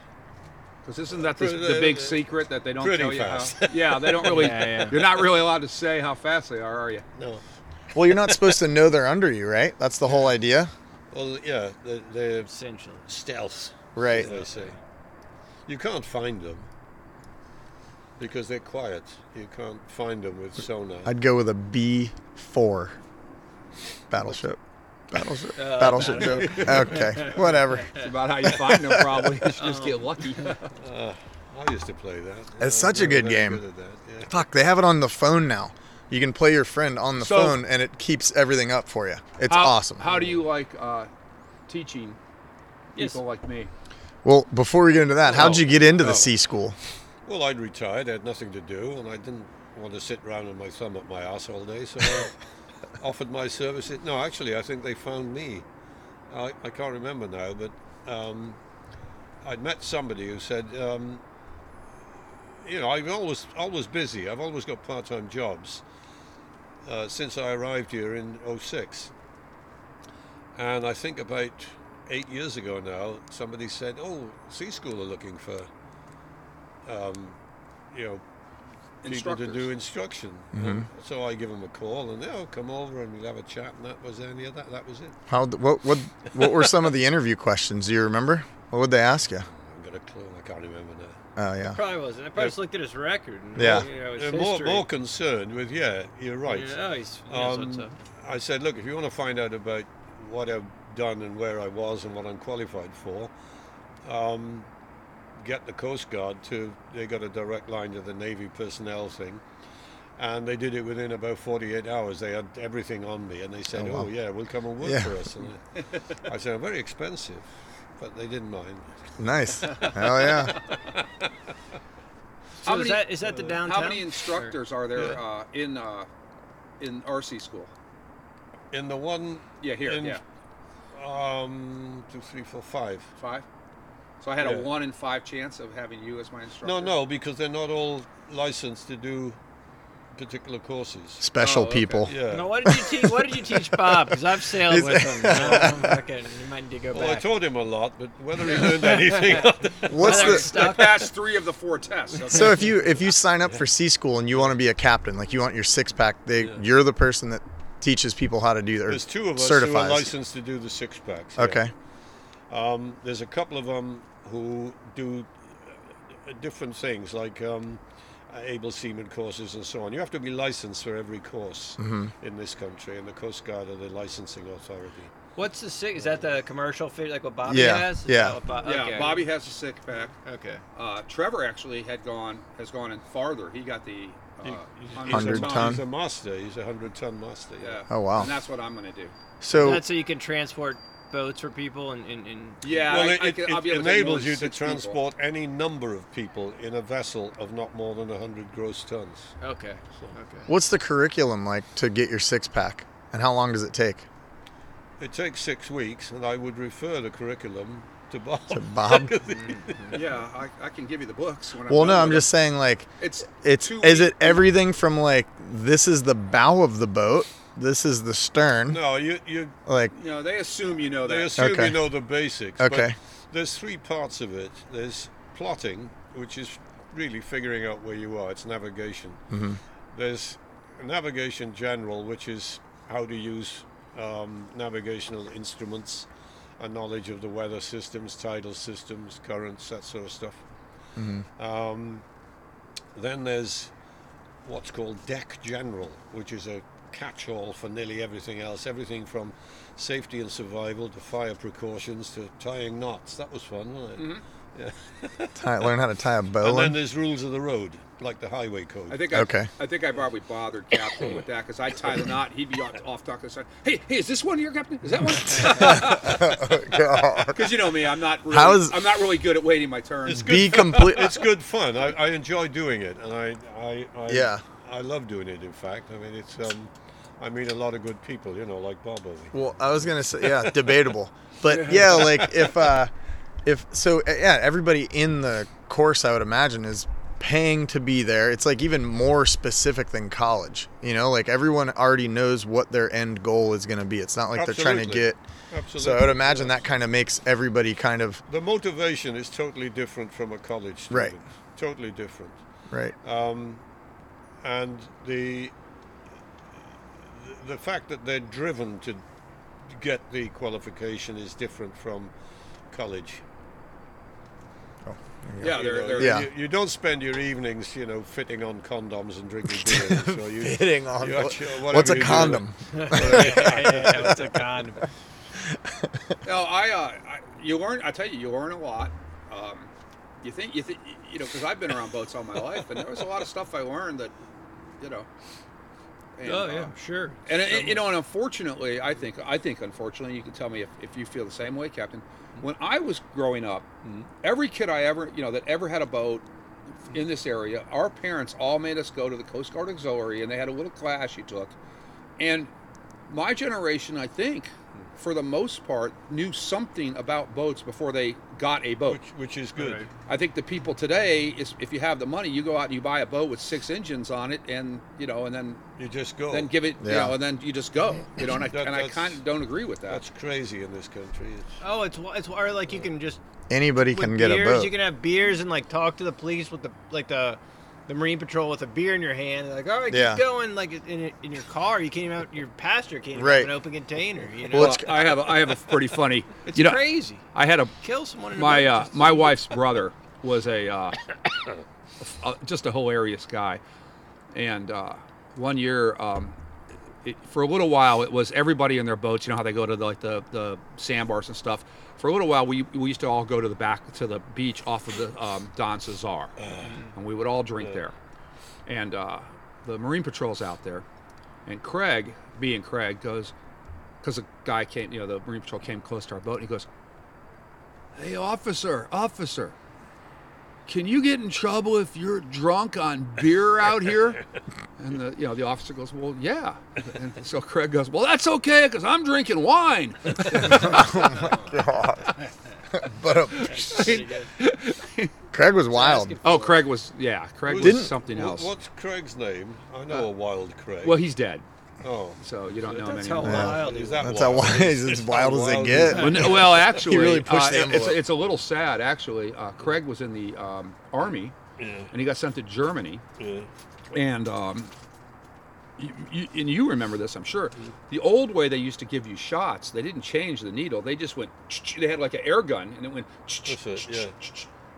Because isn't that the, Pretty- the big secret that they don't pretty tell you? how- fast. yeah, they don't [LAUGHS] really. Yeah, yeah. You're not really allowed to say how fast they are, are you? no. Well, you're not supposed to know they're under you, right? That's the whole idea. Well, yeah. They're, they're Essentially. stealth. Right. as they say. You can't find them because they're quiet. You can't find them with sonar. I'd go with a B four. Battleship. Battleship. Uh, Battleship joke. Okay. Whatever. It's about how you find them, probably. [LAUGHS] You should just get lucky. Um, I used to play that. It's I was such a never good very game. at that, yeah. Fuck, they have it on the phone now. You can play your friend on the So- phone and it keeps everything up for you. It's how, awesome. How do you like uh, teaching Yes. people like me? Well, before we get into that, how'd Oh, you get into the oh. C school? Well, I'd retired. I had nothing to do, and I didn't want to sit around with my thumb up my ass all day, so I offered my services. No, actually, I think they found me. I, I can't remember now, but um, I'd met somebody who said, um, you know, I'm always always busy. I've always got part-time jobs uh, since I arrived here in 06. And I think about eight years ago now, somebody said, "Oh, C school are looking for, um, you know, people to do instruction." And So I give them a call, and they'll come over and we'll have a chat. And that was any of that. That was it. How what what what were some of the interview questions? Do you remember? What would they ask you? I've got a clue. I can't remember now. Oh yeah. Probably wasn't. I probably just looked at his record. And, Yeah. You know, his They're more, history. more concerned with yeah. You're right. Yeah, oh, he's, he knows what's Um, up. I said, look, if you want to find out about what I've done and where I was and what I'm qualified for, um, get the Coast Guard to, they got a direct line to the Navy personnel thing. And they did it within about 48 hours. They had everything on me, and they said, "Oh, wow. yeah, we'll come and work Yeah. for us." And I, I said, "Very expensive," but they didn't mind. Nice. Hell yeah. So How is many- that is that the downtown? How many instructors are there Yeah. uh, in uh, in RC school? In the one, Yeah, here, in, yeah, um, two, three, four, five. five. So I had Yeah. a one in five chance of having you as my instructor. No, no, because they're not all licensed to do particular courses. Special Oh, okay. people. Yeah. [LAUGHS] No, what did you teach? What did you teach Bob? Because I've sailed with him. [LAUGHS] Um, fucking, you might need to go well, I back. taught him a lot, but whether he learned [LAUGHS] anything, or not- What's Whether the it's I stuck. passed three of the four tests. [LAUGHS] Okay. So if you if you sign up for C school and you want to be a captain, like you want your six pack, they you're the person that teaches people how to do their there's two of us who are certifies. licensed to do the six packs. yeah. Okay. Um, there's a couple of them who do uh, different things, like um, able seaman courses and so on. You have to be licensed for every course Mm-hmm. in this country, and the Coast Guard are the licensing authority. What's the six? Is that the commercial fit like what Bobby Yeah, has? Is yeah. that what Bo- yeah, okay. Bobby has a sick pack. Okay. Uh, Trevor actually had gone has gone in farther. He got the uh, He's a 100 ma- ton. He's a master. He's a hundred ton master. Yeah. Oh, wow. And that's what I'm gonna do. So That's so you can transport boats for people and, and, and Yeah. Well, I, it, I it- can, it I'll be able to take more enables than you to six people. transport any number of people in a vessel of not more than 100 gross tons. okay. what's the curriculum like to get your six pack, and how long does it take? It takes six weeks, and I would refer the curriculum to Bob. Bob? Yeah, I, I can give you the books. When Well, no, done I'm with just saying like it. It's it's two is weeks. it everything from like this is the bow of the boat, this is the stern, [LAUGHS] no, you, you, like You know, they assume you know that. they assume Okay. you know the basics. Okay. But there's three parts of it. There's plotting, which is really figuring out where you are. It's navigation. There's navigation general, which is how to use um, navigational instruments, a knowledge of the weather systems, tidal systems, currents, that sort of stuff. Um, then there's what's called deck general, which is a catch-all for nearly everything else. Everything from safety and survival to fire precautions to tying knots. That was fun, wasn't it? Mm-hmm. tie, learn how to tie a bow. And then line? there's rules of the road, like the highway code. I think I, Okay. I think I probably bothered Captain with that because I tie the knot. He'd be off, off talking. Side. Hey, hey, is this one your Captain? Is that one? [LAUGHS] [LAUGHS] Because you know me, I'm not. Really, How is- I'm not really good at waiting my turn. [LAUGHS] It's good Be fun. complete. It's [LAUGHS] good fun. I, I enjoy doing it, and I, I, I Yeah. I love doing it. In fact, I mean it's um, I meet a lot of good people, you know, like Bob over here. Well, I was gonna say yeah, debatable, but yeah, like if uh, if so, uh, yeah, everybody in the course I would imagine is paying to be there. It's like even more specific than college, you know, like everyone already knows what their end goal is gonna be. It's not like they're trying to Absolutely. get. So I would imagine that kind of makes everybody kind of the motivation is totally different from a college Right. student. Totally different. right. and the the fact that they're driven to get the qualification is different from college. yeah, You, they're, know, they're, Yeah. you, you don't spend your evenings, you know, fitting on condoms and [LAUGHS] drinking beer. so you, Hitting on you what- actually- what's whatever a you do. condom? [LAUGHS] yeah, it's a [LAUGHS] con. Oh, No, I, uh, I you learn. I tell you, you learn a lot. Um, you think you think you know because I've been around boats all my life, and there was a lot of stuff I learned that, you know. And, Oh uh, yeah, sure. And it- you know, and unfortunately, I think I think unfortunately, you can tell me if, if you feel the same way, Captain. When I was growing up, every kid I ever you know that ever had a boat in this area, our parents all made us go to the Coast Guard Auxiliary, and they had a little class you took. And my generation, I think, for the most part, knew something about boats before they got a boat. Which, which is good. I think the people today is if you have the money, you go out and you buy a boat with six engines on it, and you know, and then You just go. then give it, you Yeah. know, and then you [LAUGHS] just go, you know, and I, That- and I that's- kind of don't agree with that. That's crazy in this country. It's, Oh, it's wa- it's or like you can just Anybody with can get beers, a boat. You [LAUGHS] can have beers and like talk to the police with the like the the marine patrol with a beer in your hand. and, like, all right, Yeah. keep going. Like in, in your car, you came out. Your passenger came out Right. of an open container. You know, Well, it's- I have a, I have a [LAUGHS] pretty funny. it's you know, crazy. I had a Kill someone. In my a boat uh, just to- my wife's brother was a uh, [COUGHS] uh, just a hilarious guy, and uh, one year um, it, for a little while it was everybody in their boats. You know how they go to the, like the, the sandbars and stuff. For a little while, we, we used to all go to the back to the beach off of the um, Don Cesar, and we would all drink there. And uh, the Marine Patrol's out there, and Craig, being Craig, goes because a guy came. You know, the Marine Patrol came close to our boat, and he goes, "Hey, officer, officer." Can you get in trouble if you're drunk on beer out here? And the you know the officer goes, well, yeah. And so Craig goes, well, that's okay because I'm drinking wine. But uh, Craig was wild. Oh, Craig was yeah, Craig was Didn't- something Wh- else. What's Craig's name? I know a wild Craig. Well, he's dead, oh, so you don't know him That's how anymore. wild he is was. that That's how [LAUGHS] wild? wild. He's as wild as they wild get. Well, no- well, actually, really pushed uh, the it's, envelope. it's a little sad actually. Uh, Craig was in the um, army, and he got sent to Germany, and um, you, you, and you remember this, I'm sure. The old way they used to give you shots, they didn't change the needle. They just went. They had like an air gun, and it went. That's it, yeah.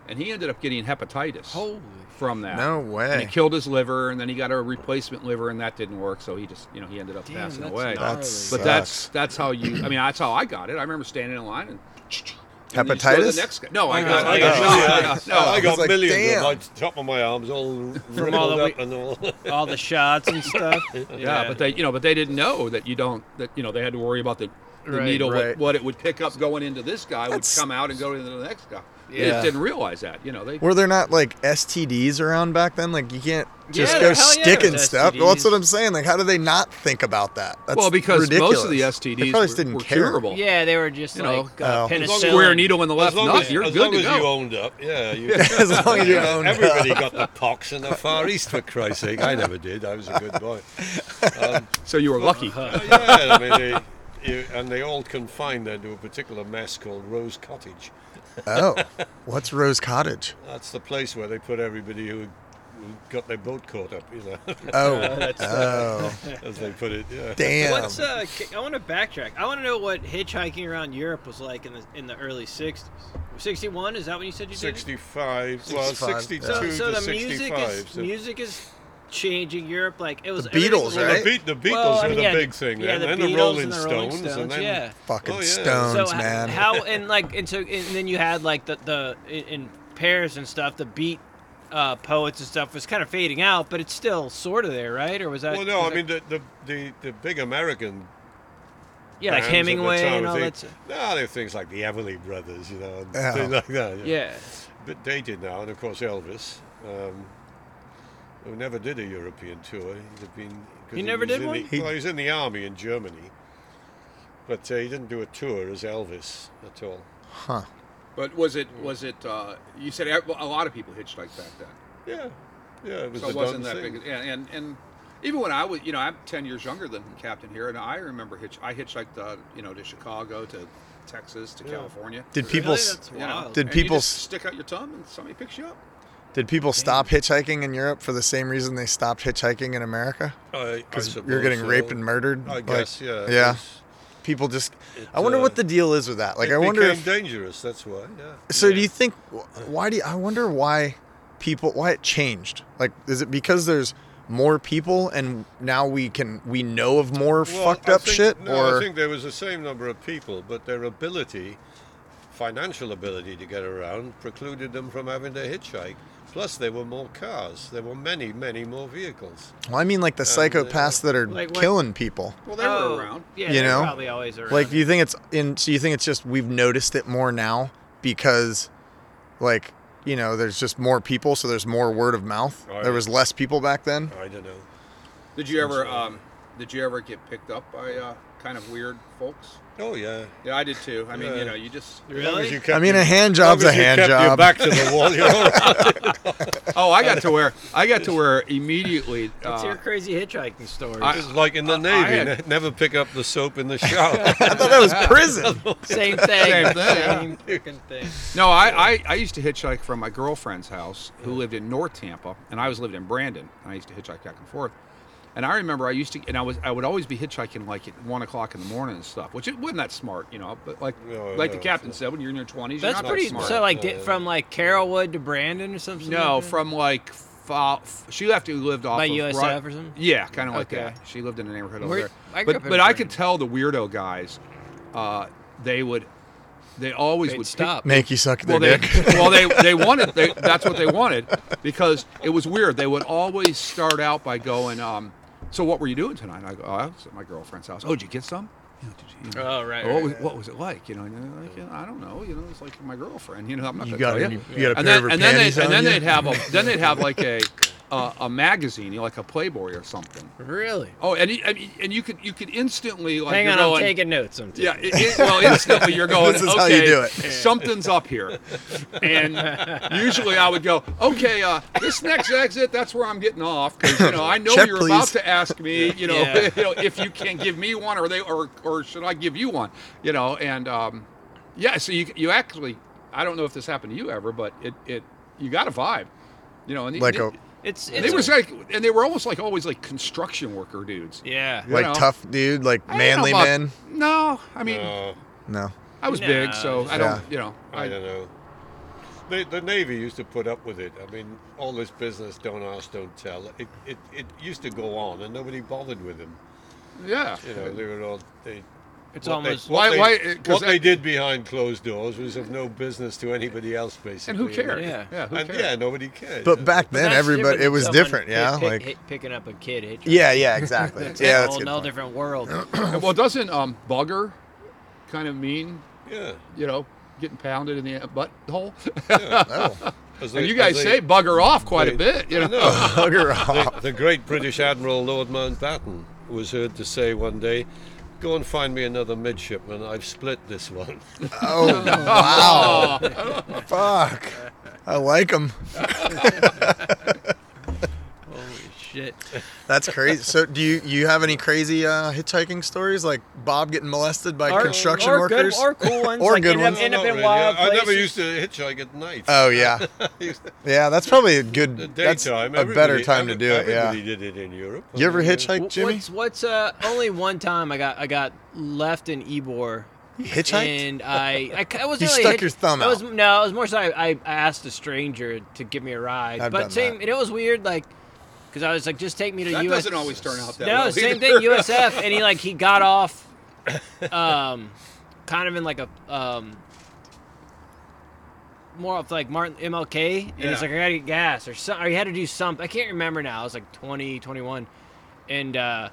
And he ended up getting hepatitis Holy from that. No And he way. killed his liver, and then he got a replacement liver, and that didn't work. So he just, you know, he ended up Damn, passing that's away. gnarly. That But that's that's how you. I mean, that's how I got it. I remember standing in line and. and you just go to Hepatitis? The next guy. No, I got. I I [LAUGHS] got, got yeah. shot. No, no. I I got was like, millions damn. on the top of my arms, all From from all all the up we- and all. [LAUGHS] all the shots and [LAUGHS] stuff. Yeah, Yeah, but they, you know, but they didn't know that you don't. That you know, they had to worry about the, the Right, needle, right. What, what it would pick up going into this guy That's- would come out and go into the next guy. They Yeah. just didn't realize that. You know, they. Were there not like STDs around back then? Like you can't just Yeah, go hell yeah, sticking there's stuff. Well, that's STDs. what I'm saying. Like, how do they not think about that? That's well, because most of the ridiculous. STDs they probably were, just didn't were care. curable. yeah, they were just You know, like uh, oh. As penicillin. Square needle in the As left long nut. as, You're as, good long to as go. you owned up, [LAUGHS] yeah. [LAUGHS] You, as long as you own. [LAUGHS] Everybody got the pox in the Far East, for Christ's sake. I never did. I was a [LAUGHS] good boy. so you Uh-huh. were lucky. Oh, yeah, I mean, they, you, and they all confined then to a particular mess called Rose Cottage. Oh, what's Rose [LAUGHS] Cottage? That's the place where they put everybody who, who got their boat caught up, you know, [LAUGHS] Oh, oh, as they put it. Yeah. damn. uh, What's uh? ca- I want to backtrack. I want to know what hitchhiking around Europe was like in the in the early '60s. '61 is that when you said you did? it? 65, well, 65, yeah. 62 So, so to the music 65. is so- music is changing Europe. Like it was Beatles, Well, right? the, Beat, the Beatles Well, I were mean, the yeah, big thing, yeah, then, the and Beatles the Rolling and the Rolling Stones, Stones, and then yeah. Fucking Oh, yeah. Stones, h- man. how and like and so and then you had like the the in, in Paris and stuff the beat uh, poets and stuff was kind of fading out, but it's still sort of there, right? Or was that? Well, no, was I that- mean the the, the, the big American. yeah, like bands at the Hemingway time, and all they- that. stuff. No, there were things like the Everly Brothers, you know, and Yeah. things like that. Yeah. Yeah, But they did now, and of course Elvis, um, who never did a European tour. He'd have been. 'cause He never was did in one? the- well, he was in the army in Germany, but uh, he didn't do a tour as Elvis at all. But was it was it? Uh, you said ev- a lot of people hitchhiked back then, Yeah, yeah, it was so a it wasn't done that thing. big. And, and and even when I was, you know, I'm ten years younger than Captain here, and I remember hitch. I hitchhiked, uh, you know, to Chicago, to Texas, to California. Did people really? s- That's You know, wild. Did and you people just s- stick out your tongue and somebody picks you up? did people stop hitchhiking in Europe for the same reason they stopped hitchhiking in America? Because You're getting raped and murdered. I Like, guess, yeah. Yeah. 'cause People just. It, I wonder uh, what the deal is with that. Like, it I wonder became if dangerous. That's why. Yeah. So do you think why do you, I wonder why people why it changed? Like is it because there's more people and now we can we know of more Well, fucked I up think- shit No, or I think there was the same number of people, but their ability, financial ability to get around, precluded them from having to hitchhike. Plus, there were more cars. There were many, many more vehicles. well, I mean like uh, the psychopaths that are Like what- killing people. Well, they Oh, were around. Yeah, You they were know? probably always around. Like do you think it's in so you think it's just we've noticed it more now because like you know there's just more people so there's more word of mouth. Right. There was less people back then. I don't know. Did you ever? Um, did you ever get picked up by uh, kind of weird folks? Oh yeah. Yeah, I did too. I mean, Yeah. you know, you just. As long Really? as you kept I mean your- a hand as long job's a as you hand kept Your job. back to the wall. [LAUGHS] You're all right. Oh, I got to where I got to where immediately. What's Uh, your crazy hitchhiking story? I- It's like in the navy. had- ne- never pick up the soap in the [LAUGHS] shower. I thought that [LAUGHS] was prison. same thing. Same thing, yeah. Same fucking thing. no, I, I I used to hitchhike from my girlfriend's house, who lived in North Tampa, and I was living in Brandon, and I used to hitchhike back and forth. And I remember I used to, and I was I would always be hitchhiking like at one o'clock in the morning and stuff, which it wasn't that smart, you know. But like No, like no, the captain said, when you're in your twenties, That's you're not pretty. That smart. So like di- from like Carrollwood to Brandon or something. no, like that? from like f- off. She left. Who lived off By of USF Broad- or something? Yeah, kind of like Okay. that. She lived in the neighborhood Where- over there. I grew but up in but I Vernon. could tell the weirdo guys. Uh, they would. They always They'd would pick- stop. Make you suck their well, they, dick. well, they they wanted they, that's what they wanted because it was weird. They would always start out by going, um, "So what were you doing tonight?" And I go, "Oh, I was at my girlfriend's house." Oh, did you get some? You know, did you, you know, Oh, right, What, right, was, right. what was it like? You know, and they're like, you know, I don't know. You know, it's like my girlfriend. You know, I'm not You gonna got tell any- you. you got a and pair then, of her and then panties they'd, and on then you? they'd [LAUGHS] have a then they'd have like a uh, a magazine, you know, like a Playboy or something. Really? Oh, and you- I mean, and you could you could instantly like Hang you're on, I'm going- taking notes. I'm taking yeah, it, it- well, instantly you're [LAUGHS] going. This is okay, how you do it." Something's up here, and usually I would go, okay, uh, this next exit, that's where I'm getting off because you know I know Check, you're about please. to ask me, you know, Yeah. [LAUGHS] you know, if you can give me one or they or or should I give you one, you know, and um, yeah, so you you actually, I don't know if this happened to you ever, but it it you got a vibe, you know, and [LAUGHS] Like they, a- It's, they it's was like, and they were almost like always like construction worker dudes. yeah. you like know. tough dude, like I don't know manly about- man. No, I mean. Uh, No. I was No, big, so I don't, Yeah. you know, I don't know. The, the Navy used to put up with it. I mean, all this business, don't ask, don't tell, it, it, it used to go on and nobody bothered with them. yeah. You know, they were all. They, It's what they- almost. what Why- they- why- 'cause what that- they did behind closed doors was of no business to anybody else, And basically. who cared? Yeah. yeah, who uh, And, cared? yeah, nobody cared. But back then, That's everybody different it than was someone different. pick- Yeah, pick- like hit- picking up a kid. Hit, yeah, yeah, exactly. yeah, a that's a whole good. no point. different world. [CLEARS THROAT] Well, doesn't um, bugger kind of mean, yeah. you know, getting pounded in the butt hole? [LAUGHS] Oh, As and they- you guys as say they- bugger off quite a they- bit, you I know. [LAUGHS] know. bugger off. the, [LAUGHS] the great British Admiral Lord Mountbatten was heard to say one day, "Go and find me another midshipman. I've split this one." [LAUGHS] Oh wow! Fuck. I like him. Holy [LAUGHS] shit. That's crazy. So, do you you have any crazy uh, hitchhiking stories like Bob getting molested by construction or workers? Good, or cool ones. Or like good end ones. Up, end up Not in really. wild I, I never places. used to hitchhike at night. oh yeah, yeah. That's probably a good. the daytime, that's a everybody- better time to every- do it. Yeah. everybody did it in Europe. You ever I mean, uh, hitchhike, Wh- Jimmy? What's what's uh only one time I got I got left in Ebor. Hitchhiked? And I, I, c- I [LAUGHS] wasn't You really stuck hitch- your thumb I was, out. No, it was more so I, I, I asked a stranger to give me a ride. I've but done same, that. and it was weird, like, because I was like, just take me to that US. doesn't always turn out that no, well. same [LAUGHS] either. thing, USF, and he like he got off, um, kind of in like a um, more of like Martin MLK, and Yeah. he's like, I gotta get gas or something, or he had to do something. I can't remember now. I was like 20, 21, and uh,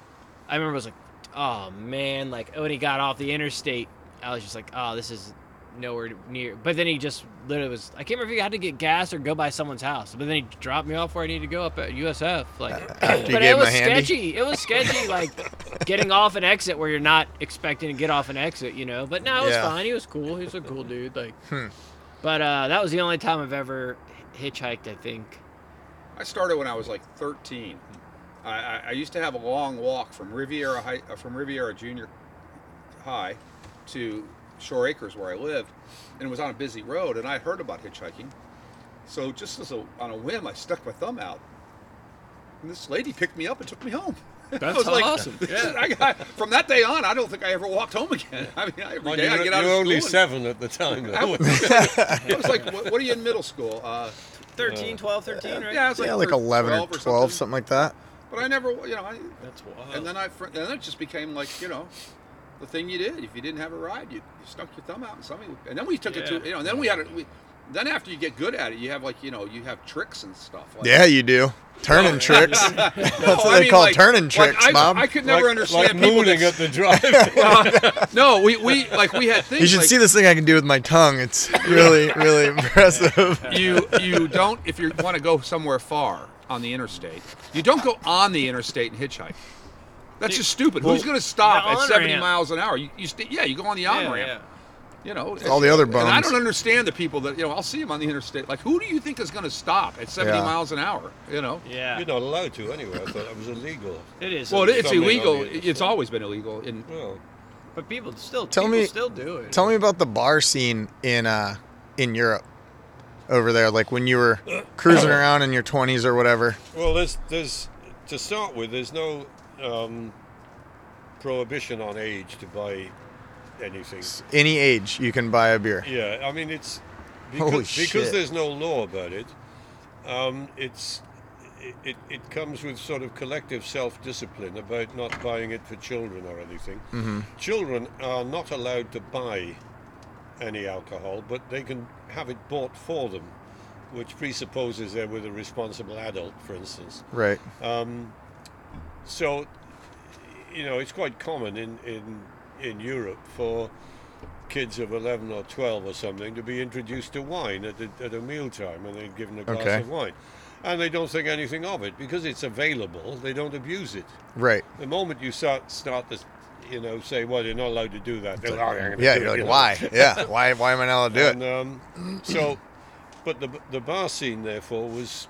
I remember I was like, oh man, like when he got off the interstate, I was just like, oh, this is nowhere near. But then he just literally was. I can't remember if he had to get gas or go by someone's house. But then he dropped me off where I needed to go up at USF. Like, After you but gave it him a was handy? sketchy. It was sketchy, like getting off an exit where you're not expecting to get off an exit, you know. But no, it was Yeah. fine. He was cool. He was a cool dude. Like, but uh, that was the only time I've ever hitchhiked. I think. I started when I was like 13. I, I, I used to have a long walk from Riviera High, uh, from Riviera Junior High to Shore Acres where I lived, and it was on a busy road. And I had heard about hitchhiking, so just as a, on a whim, I stuck my thumb out, and this lady picked me up and took me home. [LAUGHS] I That's was like, awesome. [LAUGHS] this is- I got, from that day on, I don't think I ever walked home again. [LAUGHS] I mean, I- every Mind day you, I get you out were of only school. seven at the time. and- [LAUGHS] I Though. was, [LAUGHS] I was like, what, what are you in middle school? Uh, 13, 12, 13, right? yeah, I was like, yeah, like thir- eleven or 12 twelve, something like that. But I never, you know, I, That's wild. and then I, fr- and then it just became like, you know, the thing you did. If you didn't have a ride, you, you stuck your thumb out and something. And then we took it Yeah. to, you know, and then we had it. We, then after you get good at it, you have like, you know, you have tricks and stuff. Like, Yeah, you do. Turning tricks. [LAUGHS] That's No, what I they mean, call like- turning like, tricks, I, Bob. I could never like, like understand people. mooning That, at [LAUGHS] the [LAUGHS] drive. no, we, we like we had [LAUGHS] things. you should like, see this thing I can do with my tongue. It's really, really impressive. you you don't if you want to go somewhere far on the interstate, you don't go on the interstate and hitchhike. That's just stupid. Who's going to stop the at 70 on-ramp. miles an hour? You, you st- yeah, you go on the on ramp. You know, all the other And I bums. don't understand the people that you know. I'll see them on the interstate. Like, who do you think is going to stop at 70 Yeah. miles an hour? You know. Yeah. You're not allowed to anyway. I thought that was illegal. it is. Well, it's Something on illegal. the It's always been illegal. In Well, but people still Tell people me- still do it. Tell me about the bar scene in uh, in Europe over there, like when you were cruising around in your 20s or whatever. Well, there's, there's to start with, there's no um, prohibition on age to buy anything. Any age, you can buy a beer. Yeah, I mean it's Holy because, because shit. there's no law about it. Um, it's it, it, it comes with sort of collective self discipline about not buying it for children or anything. Children are not allowed to buy any alcohol, but they can have it bought for them, which presupposes they're with a responsible adult, for instance. Right. Oh. So, you know, it's quite common in, in, in Europe for kids of 11 or 12 or something to be introduced to wine at, the, at a mealtime and they're given a glass Okay. of wine. And they don't think anything of it because it's available, they don't abuse it. Right. The moment you start, start to, you know, say, well, you're not allowed to do that, they're like, "Oh, I'm gonna Yeah. do it," You're you like, know. why? Yeah. Why? Why am I not allowed to do [LAUGHS] And, it? um, so, but the the bar scene therefore was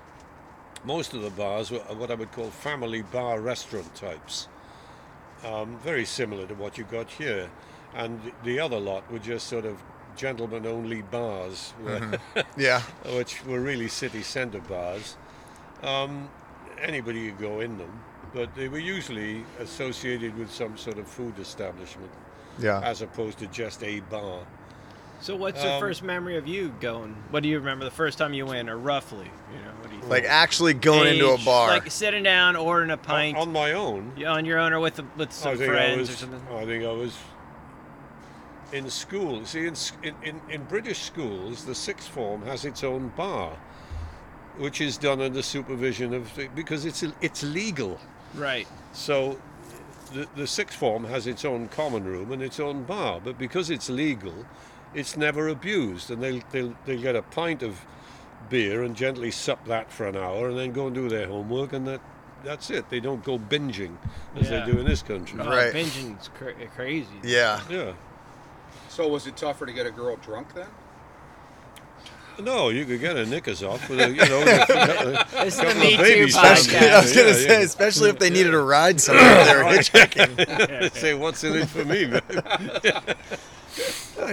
most of the bars were what I would call family bar restaurant types, um, very similar to what you got here, and the other lot were just sort of gentlemen only bars, where- Yeah. [LAUGHS] which were really city centre bars. Um, anybody could go in them, but they were usually associated with some sort of food establishment, Yeah. as opposed to just a bar. So what's your first memory of you going? What do you remember the first time you went, or roughly? You know, what do you Like actually going into a Age, bar. like sitting down, ordering a On, pint on my own, yeah, on your own, or with with some I friends was, or something. I think I was in school. See, in, s- in, in, in British schools, the sixth form has its own bar, which is done under supervision of because it's it's legal. Right. So the, the sixth form has its own common room and its own bar, but because it's legal, it's never abused. And they'll, they'll, they'll get a pint of beer and gently sup that for an hour and then go and do their homework, and that, that's it. They don't go binging as Yeah. they do in this country. Oh, Right. Binging's cra- crazy. yeah. Yeah. So was it tougher to get a girl drunk then? No, you could get a knickers off with a, you know, a [LAUGHS] This is the couple Me of Too baby Especially- [LAUGHS] steps. podcast. I was gonna Yeah, say, yeah. especially if they needed a ride somewhere, [LAUGHS] they were hitchhiking. [LAUGHS] Say, what's in it for me? man?" [LAUGHS]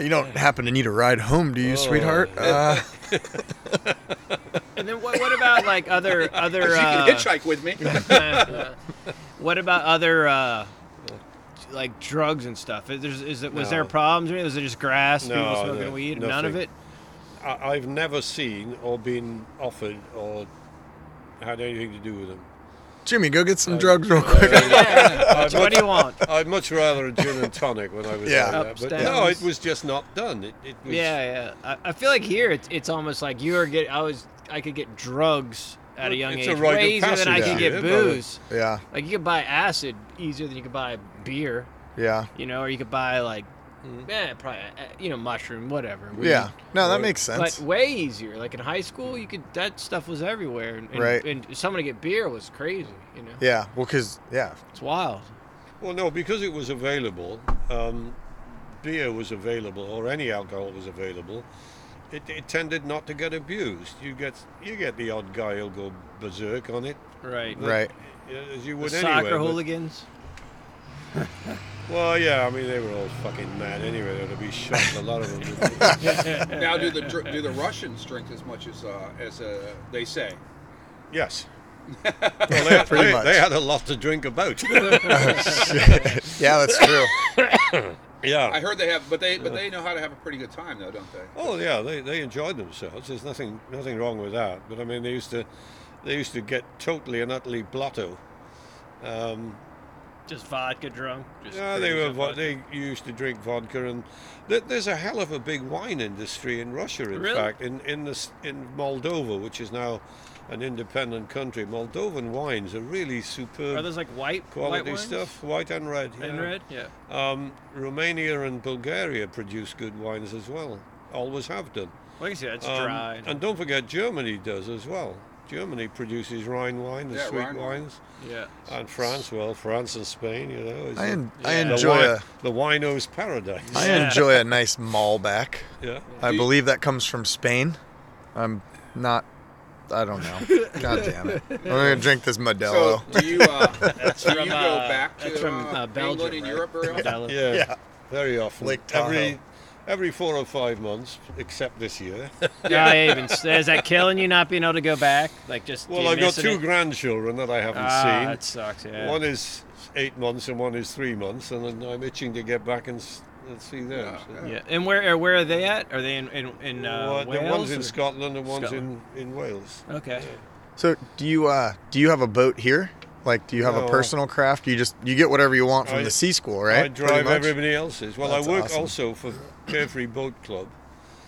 you don't happen to need a ride home, Oh. do you, [LAUGHS] sweetheart? Uh, And then what, what about like other other? you Uh, can hitchhike [LAUGHS] with me. what about other uh, like drugs and stuff? Is, there, is it was there No. problems? Or was it just grass? people No, smoking no, weed? None of it. nothing. [LAUGHS] I, I've never seen or been offered or had anything to do with them. Jimmy, go get some drugs real quick. [LAUGHS] [LAUGHS] I'd So what much, [LAUGHS] do you want? I'd much rather a gin and tonic when I was Yeah. like Ups, that. But no, downs. it was just not done. It, it was, Yeah, yeah. I, I feel like here it's it's almost like you are get. I was I could get drugs at a Well, young it's a age rite of way easier than I passage could here, get brother. booze. yeah, Like you could buy acid easier than you could buy beer. yeah, You know, or you could buy like, Mm-hmm. eh, probably uh, you know mushroom, whatever. weed. yeah. No, that Right. makes sense. But way easier. Like in high school, you could that stuff was everywhere, and, and, Right. and someone to get beer was crazy. You know, Yeah, well, cause yeah, it's wild. Well, no, because it was available, um, beer was available, or any alcohol was available. It, it tended not to get abused. You get you get the odd guy who'll go berserk on it, Right. right. uh, as you The would anyway. soccer but- hooligans. Well, yeah, I mean they were all fucking mad anyway. They'd be shot. A lot of [LAUGHS] them. now do the dr- do the Russians drink as much as uh, as uh, they say? [LAUGHS] yes. Well, they, Pretty they- much. they had a lot to drink [LAUGHS] about. Yeah, that's [LAUGHS] true. yeah. I heard they have, but they but they know how to have a pretty good time though, don't they? Oh yeah, they, they enjoyed themselves. There's nothing nothing wrong with that. But I mean, they used to they used to get totally and utterly blotto. Just vodka drunk. Just Yeah, they crazy were vo- vodka. they used to drink vodka, and th- there's a hell of a big wine industry in Russia. In Really? fact, in in this in Moldova, which is now an independent country, Moldovan wines are really superb Are those like white white quality wines? stuff, white and red. And yeah. red, yeah. Um, Romania and Bulgaria produce good wines as well. Always have done. Well, I can see that's Um, dry. And don't forget, Germany does as well. Germany produces Rhine wine, the Yeah, sweet Rhine wine. wines, yeah. and France. Well, France and Spain, you know. Is I, en- I Yeah. the, enjoy a, the wino's paradise. I Yeah. [LAUGHS] enjoy a nice Malbec. yeah. I Do- believe that comes from Spain. I'm not. I don't know. [LAUGHS] God damn it! I'm gonna drink this Modelo. So do you uh, do from, you go uh, back to that's from, uh, uh, Belgium, England and right? Europe very often? Modelo. yeah, Yeah. very often. Lake Tahoe. every every four or five months, except this year. Yeah, I even is that killing you not being able to go back? Like just well, you I've got missing two it? grandchildren that I haven't ah, seen. That sucks. Yeah. One is eight months and one is three months, and then I'm itching to get back and, s- and see them. Yeah, so. yeah. Uh, And where are- where are they at? Are they in in, in uh, Well, the Wales? one's in or- Scotland and one's Scotland. in in Wales. Okay. So do you uh, do you have a boat here? Like, do you have No. a personal craft? You just you get whatever you want from I- the sea school, right? I Pretty drive much? everybody else's. Well, That's I work awesome. also for Carefree Boat Club,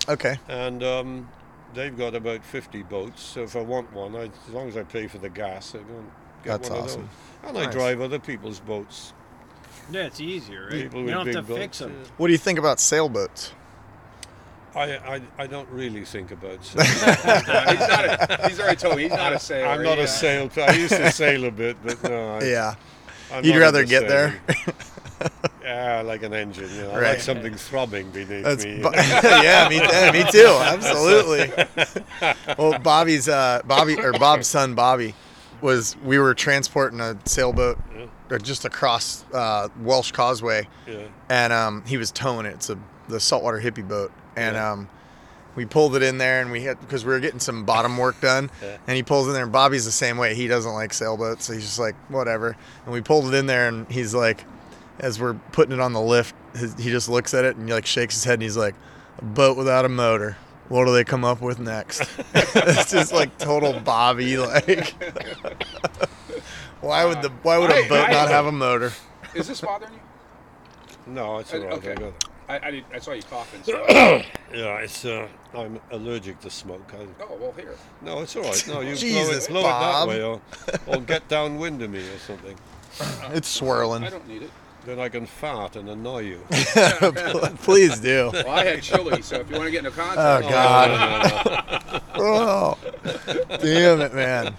Okay. and um, they've got about 50 boats. So if I want one, I, as long as I pay for the gas, I go and get That's one awesome. of those. And I Nice. drive other people's boats. Yeah, it's easier, right? People you with don't have to big boats, fix them. What do you think about sailboats? I, I, I don't really [LAUGHS] think about sailing. he's, not a, he's already told me he's not a sailor. I'm not He, uh, a sail. I used to sail a bit, but no. [LAUGHS] I, Yeah. I'm You'd not rather into get there? sailing. yeah, like an engine. You know, I like Right. something throbbing beneath That's me. Bo- [LAUGHS] yeah, me, yeah, me too. Absolutely. [LAUGHS] well, Bobby's uh, Bobby or Bob's son Bobby was we were transporting a sailboat or just across uh, Welsh Causeway, Yeah. and um, he was towing it. It's a the saltwater hippie boat, and um, we pulled it in there, and we had because we were getting some bottom work done, and he pulls in there. And Bobby's the same way. He doesn't like sailboats, so he's just like whatever. And we pulled it in there, and he's like, as we're putting it on the lift, his, he just looks at it and he like shakes his head, and he's like, a boat without a motor. What do they come up with next? [LAUGHS] it's just like total Bobby. Like, [LAUGHS] why would the why would I- a boat I- not have a motor? Is this bothering you? No, it's Uh, all right. okay. I got it. I, I, did, I saw you coughing. So. Yeah, it's. Uh, I'm allergic to smoke. I, Oh well, here. No, it's all right. No, you Jesus, blow, it, blow Bob. it that way, [LAUGHS] or, or get downwind of me or something. It's I swirling. don't need it. Then I can fart and annoy you. [LAUGHS] Please do. Well, I had chili, so if you want to get into contact, Oh God. No, no, no. oh, damn it, man.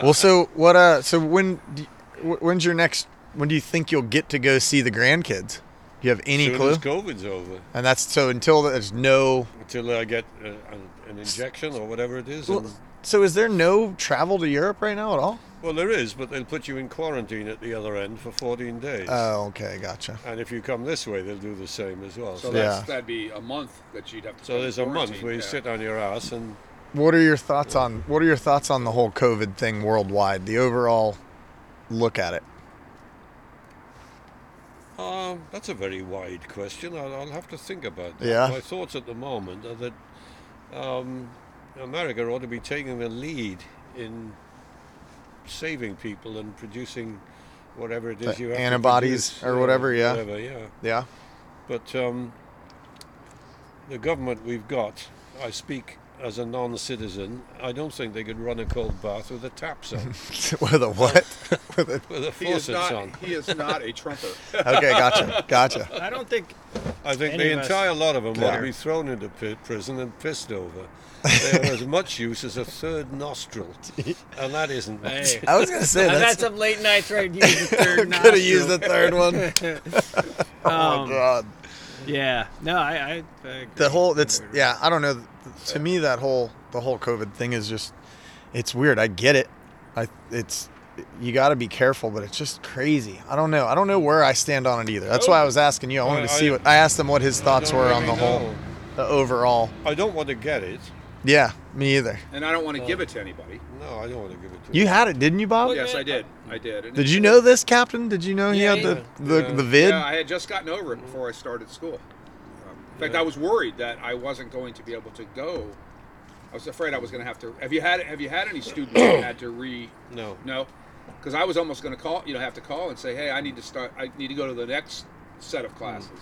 Well, so what? Uh, so when? do you- wh- When's your next? When do you think you'll get to go see the grandkids? Do you have any Soon clue? as COVID's over, And that's so until there's no. until I get uh, an, an injection or whatever it is. Well, and- so is there no travel to Europe right now at all? well, there is, but they'll put you in quarantine at the other end for 14 days. Oh, okay, gotcha. and if you come this way, they'll do the same as well. So So, that's, Yeah. that'd be a month that you'd have to. so there's a month where you sit. sit on your ass and What are your thoughts on What are your thoughts on the whole COVID thing worldwide? The overall look at it. Uh, that's a very wide question. I'll, I'll have to think about that. Yeah. My thoughts at the moment are that um, America ought to be taking the lead in saving people and producing whatever it is The you have to antibodies produce, or uh, whatever, yeah. Whatever, yeah. Yeah. But um, the government we've got, I speak as a non-citizen. I don't think they could run a cold bath with the [LAUGHS] taps on, [LAUGHS] With a what? With a, with the He is, faucets on. not, he is not a trumper. okay, gotcha, gotcha. I don't think I think Any the of us. entire lot of them ought Yeah. to be thrown into pi- prison and pissed over. They are [LAUGHS] as much use as a third nostril, and that isn't [LAUGHS] Hey. I was gonna say I've that's. [LAUGHS] had some late nights where I'd use the third Could have used the nostril. third one. [LAUGHS] [LAUGHS] Oh Oh Um, God. Yeah. No, I. I, I agree. The whole that's yeah, I don't know. To me, that whole the whole COVID thing is just it's weird. I get it. I it's you got to be careful, but it's just crazy. I don't know. I don't know where I stand on it either. That's why I was asking you. I wanted to I- see what I asked him what his thoughts don't were on the really whole know. the overall. I don't want to get it. Yeah, me either. And I don't want to give it to anybody. No, I don't want to give it to You had it, didn't you, Bob? Yes, I did. I did. And Did it- you know this, Captain? Did you know he Yeah, had the yeah. the, Yeah. the vid? Yeah, I had just gotten over it before I started school. Um, in fact, I was worried that I wasn't going to be able to go. I was afraid I was going to have to. Have you had Have you had any students that had to re? No. No, because I was almost going to call. You know, have to call and say, "Hey, I need to start. I need to go to the next set of classes,"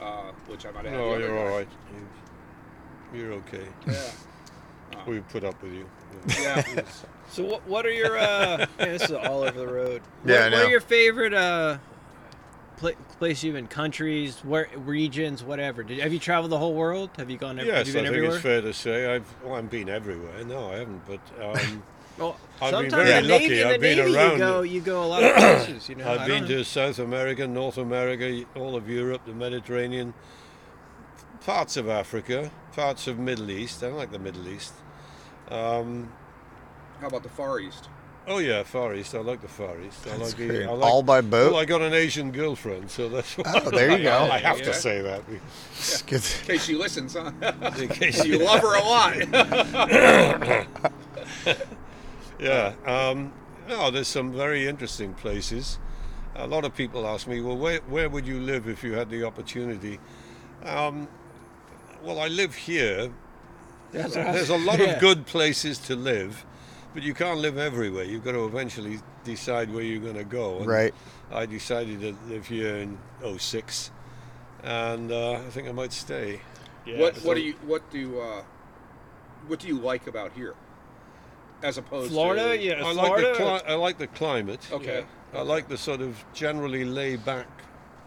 uh, which I might have. had the No, other Oh, you're all guy. right. You- You're okay. Ah. We put up with [LAUGHS] you. Yeah. yeah. So what, what are your? Uh, [LAUGHS] yeah, this is all over the road. What, Yeah, I What know. are your favorite uh, pla place you've been? Countries, where regions, whatever. Did, have you traveled the whole world? Have you gone? ev- have Yes, you I been think everywhere? it's fair to say I've well, I've been everywhere. No, I haven't, but [LAUGHS] um, Well, I've been sometimes very the lucky. Navy, in I've the been Navy, around. You go, you go a lot [CLEARS THROAT] of places. You know, I I've don't been know. to South America, North America, all of Europe, the Mediterranean, parts of Africa, parts of Middle East. I like the Middle East. Um, How about the Far East? oh yeah, Far East. I like the Far East. I That's like the great. I like, All by boat? Well, I got an Asian girlfriend, so that's [LAUGHS] why Oh, there you go. I have Yeah. to say that Good. In case she listens, huh? in case you love her a lot. Yeah. Um, no, there's some very interesting places. A lot of people ask me, well, where, where would you live if you had the opportunity? Um, well, I live here. There's a lot yeah. of good places to live, But you can't live everywhere. You've got to eventually decide where you're going to go. And Right. I decided to live here in 06, and uh, I think I might stay. what What do you What do uh, What do you like about here, as opposed Florida, to yeah, I like, Florida. the cli- I like the climate. Okay. I like the sort of generally laid back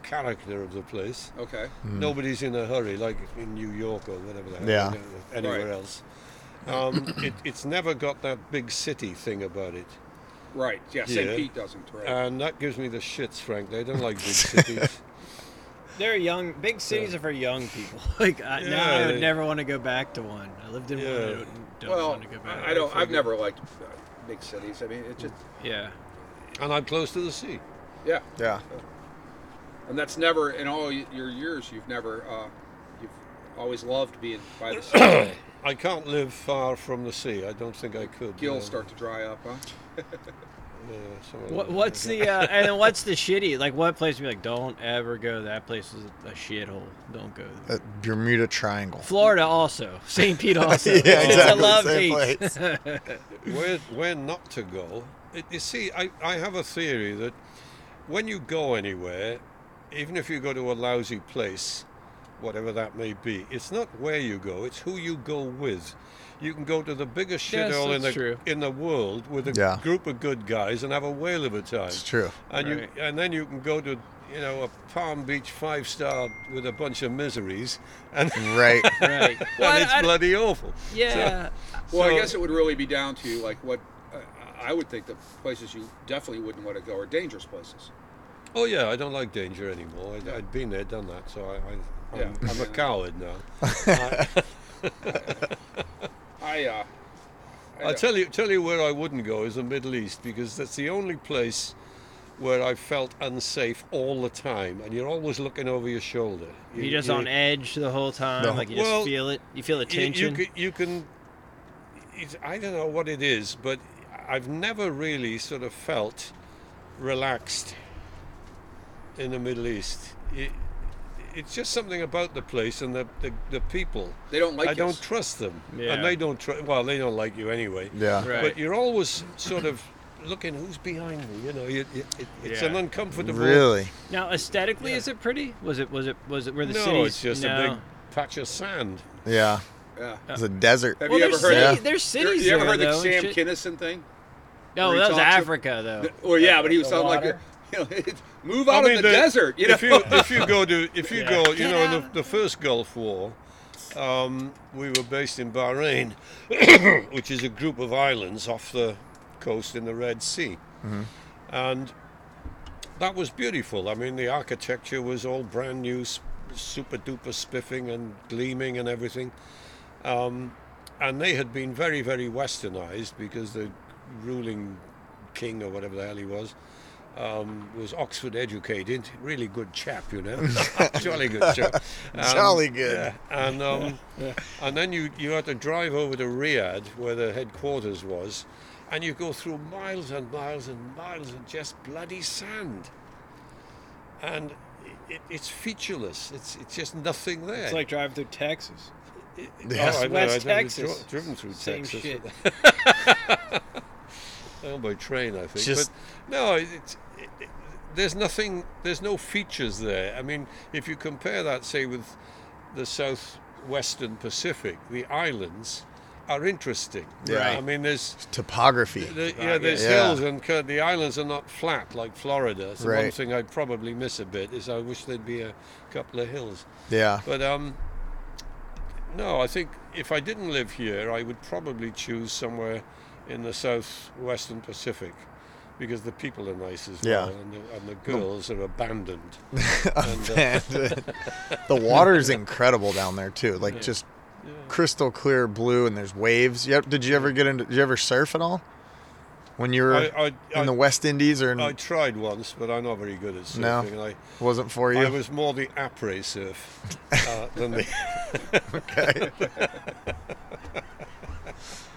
character of the place. Okay. Nobody's in a hurry, like in New York or whatever the hell, Yeah. anywhere Right. else. Um, it, it's never got that big city thing about it. Right. Yeah. St. Yeah. Pete doesn't. Right. Uh, And that gives me the shits, frankly. I don't like big cities. They're young. Big cities are for young people. [LAUGHS] Like I, now, I Yeah, would they- never want to go back to one. I lived in one. I Yeah. don't, don't well, want to go back. I I don't. I've never liked uh, big cities. I mean, it just. Yeah. and I'm close to the sea. Yeah. Yeah. And that's never in all y- your years. You've never. Uh, you've always loved being by [COUGHS] the sea. I can't live far from the sea. I don't think I could. um, Gills no. start to dry up, huh? Yeah, something What, like what's that. the uh, and then what's the shitty? Like what place would be like? Don't ever go. That place is a shithole. Don't go. There. Uh, Bermuda Triangle. Florida also. [LAUGHS] St. [LAUGHS] Pete also. Yeah, It's a exactly, love same hate. place. where where not to go. It, you see, I, I have a theory that when you go anywhere, even if you go to a lousy place, whatever that may be, it's not where you go; it's who you go with. You can go to the biggest Yes, shithole in the that's true. in the world with a Yeah. group of good guys and have a whale of a time. It's true. And you Right. and then you can go to you know a Palm Beach five star with a bunch of miseries, and, [LAUGHS] and Right. [LAUGHS] Right. Well, I- it's I- bloody awful. yeah. So- Well, I guess it would really be down to like what uh, I would think the places you definitely wouldn't want to go are dangerous places. Oh yeah, I don't like danger anymore. I, I'd been there, done that, so I, I, I'm, Yeah. I'm a Yeah. coward now. I. Uh, I I'll don't- tell you, tell you where I wouldn't go is the Middle East because that's the only place where I felt unsafe all the time, and you're always looking over your shoulder. You- You're just you- on edge the whole time. No. Like you just Well, feel it. You feel the you- tension. You, can, you can it's, I don't know what it is, but I've never really sort of felt relaxed in the Middle East. It, it's just something about the place and the, the, the people. They don't like I don't us. trust them, Yeah. and they don't. Tr- well, they don't like you anyway. Yeah. Right. But you're always sort of looking who's behind me. You know, you, you, it, it's an Yeah. uncomfortable. Really? Now aesthetically, Yeah. is it pretty? Was it? Was it? Was it? Were the no, cities? it's just no. a big patch of sand. Yeah. Yeah. It's a desert. Have Well, you there's ever heard? cities. Of, There's you ever- cities you ever there, heard though, the Sam and shit. Kinison thing? No, where he that was talks ab- Africa though. Well, yeah, but he was The talking like, water. [LAUGHS] you know, it's- move out of the- the, desert. You know, if you if you go to if you Yeah. go, you know, in the, the first Gulf War, um, we were based in Bahrain, [COUGHS] which is a group of islands off the coast in the Red Sea, Mm-hmm. and that was beautiful. I mean, the architecture was all brand new, super duper spiffing and gleaming and everything. Um, and they had been very, very westernized because the ruling king or whatever the hell he was um, was Oxford educated. Really good chap, you know. [LAUGHS] Jolly good [LAUGHS] chap. Um, Jolly good. yeah, and um, and then you you had to drive over to Riyadh, where the headquarters was, and you go through miles and miles and miles of just bloody sand, and it, it's featureless. It's it's just nothing there. It's like driving through Texas. Oh, I know, West I've never Texas. dri- driven through Same Texas. [LAUGHS] shit. Oh, by train, I think. Just- but no, it, it, it- there's nothing. There's no features there. I mean, if you compare that, say, with the southwestern Pacific, the islands are interesting. Yeah. I mean, there's. Topography. The, yeah, there's Yeah. hills and cur- the islands are not flat like Florida. So one Right. thing I'd probably miss a bit is I wish there'd be a couple of hills. Yeah. But um, no, I think if I didn't live here, I would probably choose somewhere in the southwestern Pacific because the people are nice as Yeah. well, and the, and the girls are abandoned. [LAUGHS] And the water's incredible down there too. Like just crystal clear blue, and there's waves. Yep. Did you ever get into? Did you ever surf at all? When you were I- I- in I- the West Indies, or in, I tried once, but I'm not very good at No. surfing. I, wasn't for you? I was more the après surf [LAUGHS] uh, than the.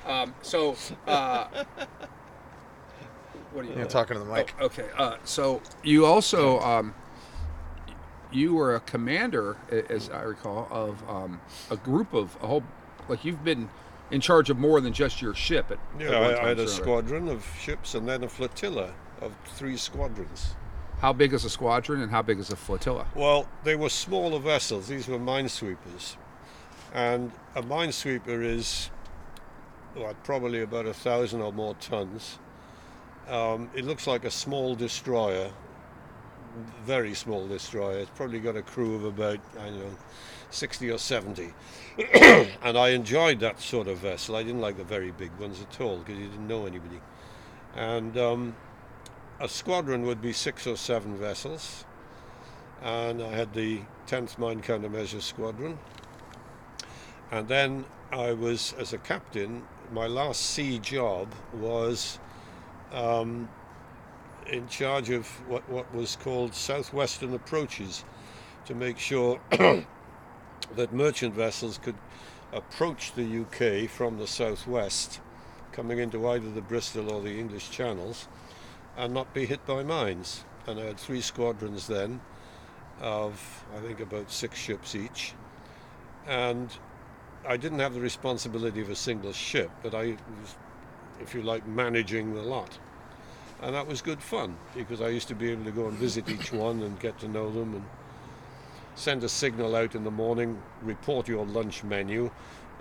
um, so, uh, what are you uh, You're talking to the [LAUGHS] mic. [LAUGHS] Oh, okay. Uh, so you also um, you were a commander, a- as I recall, of um, a group of a whole. Like you've been in charge of more than just your ship. At, Yeah, at one I, I time, had a sir. squadron of ships and then a flotilla of three squadrons. How big is a squadron and how big is a flotilla? Well, they were smaller vessels. These were minesweepers. And a minesweeper is well, probably about a thousand or more tons. Um, it looks like a small destroyer, very small destroyer. It's probably got a crew of about, I don't know, 60 or 70. [COUGHS] and I enjoyed that sort of vessel. I didn't like the very big ones at all because you didn't know anybody. And um, a squadron would be six or seven vessels and I had the 10th Mine Countermeasures Squadron. And then I was, as a captain, my last sea job was um, in charge of what, what was called southwestern approaches to make sure [COUGHS] that merchant vessels could approach the UK from the southwest, coming into either the Bristol or the English channels, and not be hit by mines. And I had three squadrons then of I think about six ships each, and I didn't have the responsibility of a single ship, but I was, if you like, managing the lot, and that was good fun because I used to be able to go and visit each one and get to know them and send a signal out in the morning, report your lunch menu.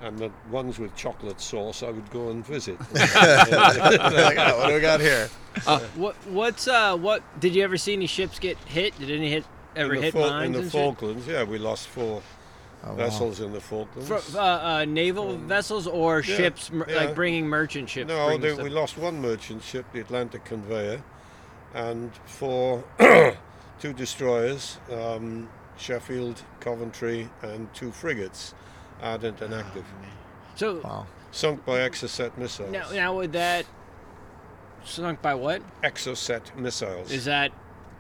And the ones with chocolate sauce, I would go and visit. [LAUGHS] like, oh, what do we got here? What what's uh what did you ever see any ships get hit? Did any hit ever in the, hit Fal- in mines? the and shit? Falklands, yeah, we lost four vessels in the Falklands. Fro- uh, uh, naval vessels or ships mer- yeah. like bringing merchant ships? No, bringing they, stuff- we lost one merchant ship, the Atlantic Conveyor, and four, [COUGHS] two destroyers, um, Sheffield, Coventry, and two frigates, Ah, ardent and active, so Wow. sunk by Exocet missiles. now, now would that sunk by what? Exocet missiles. Is that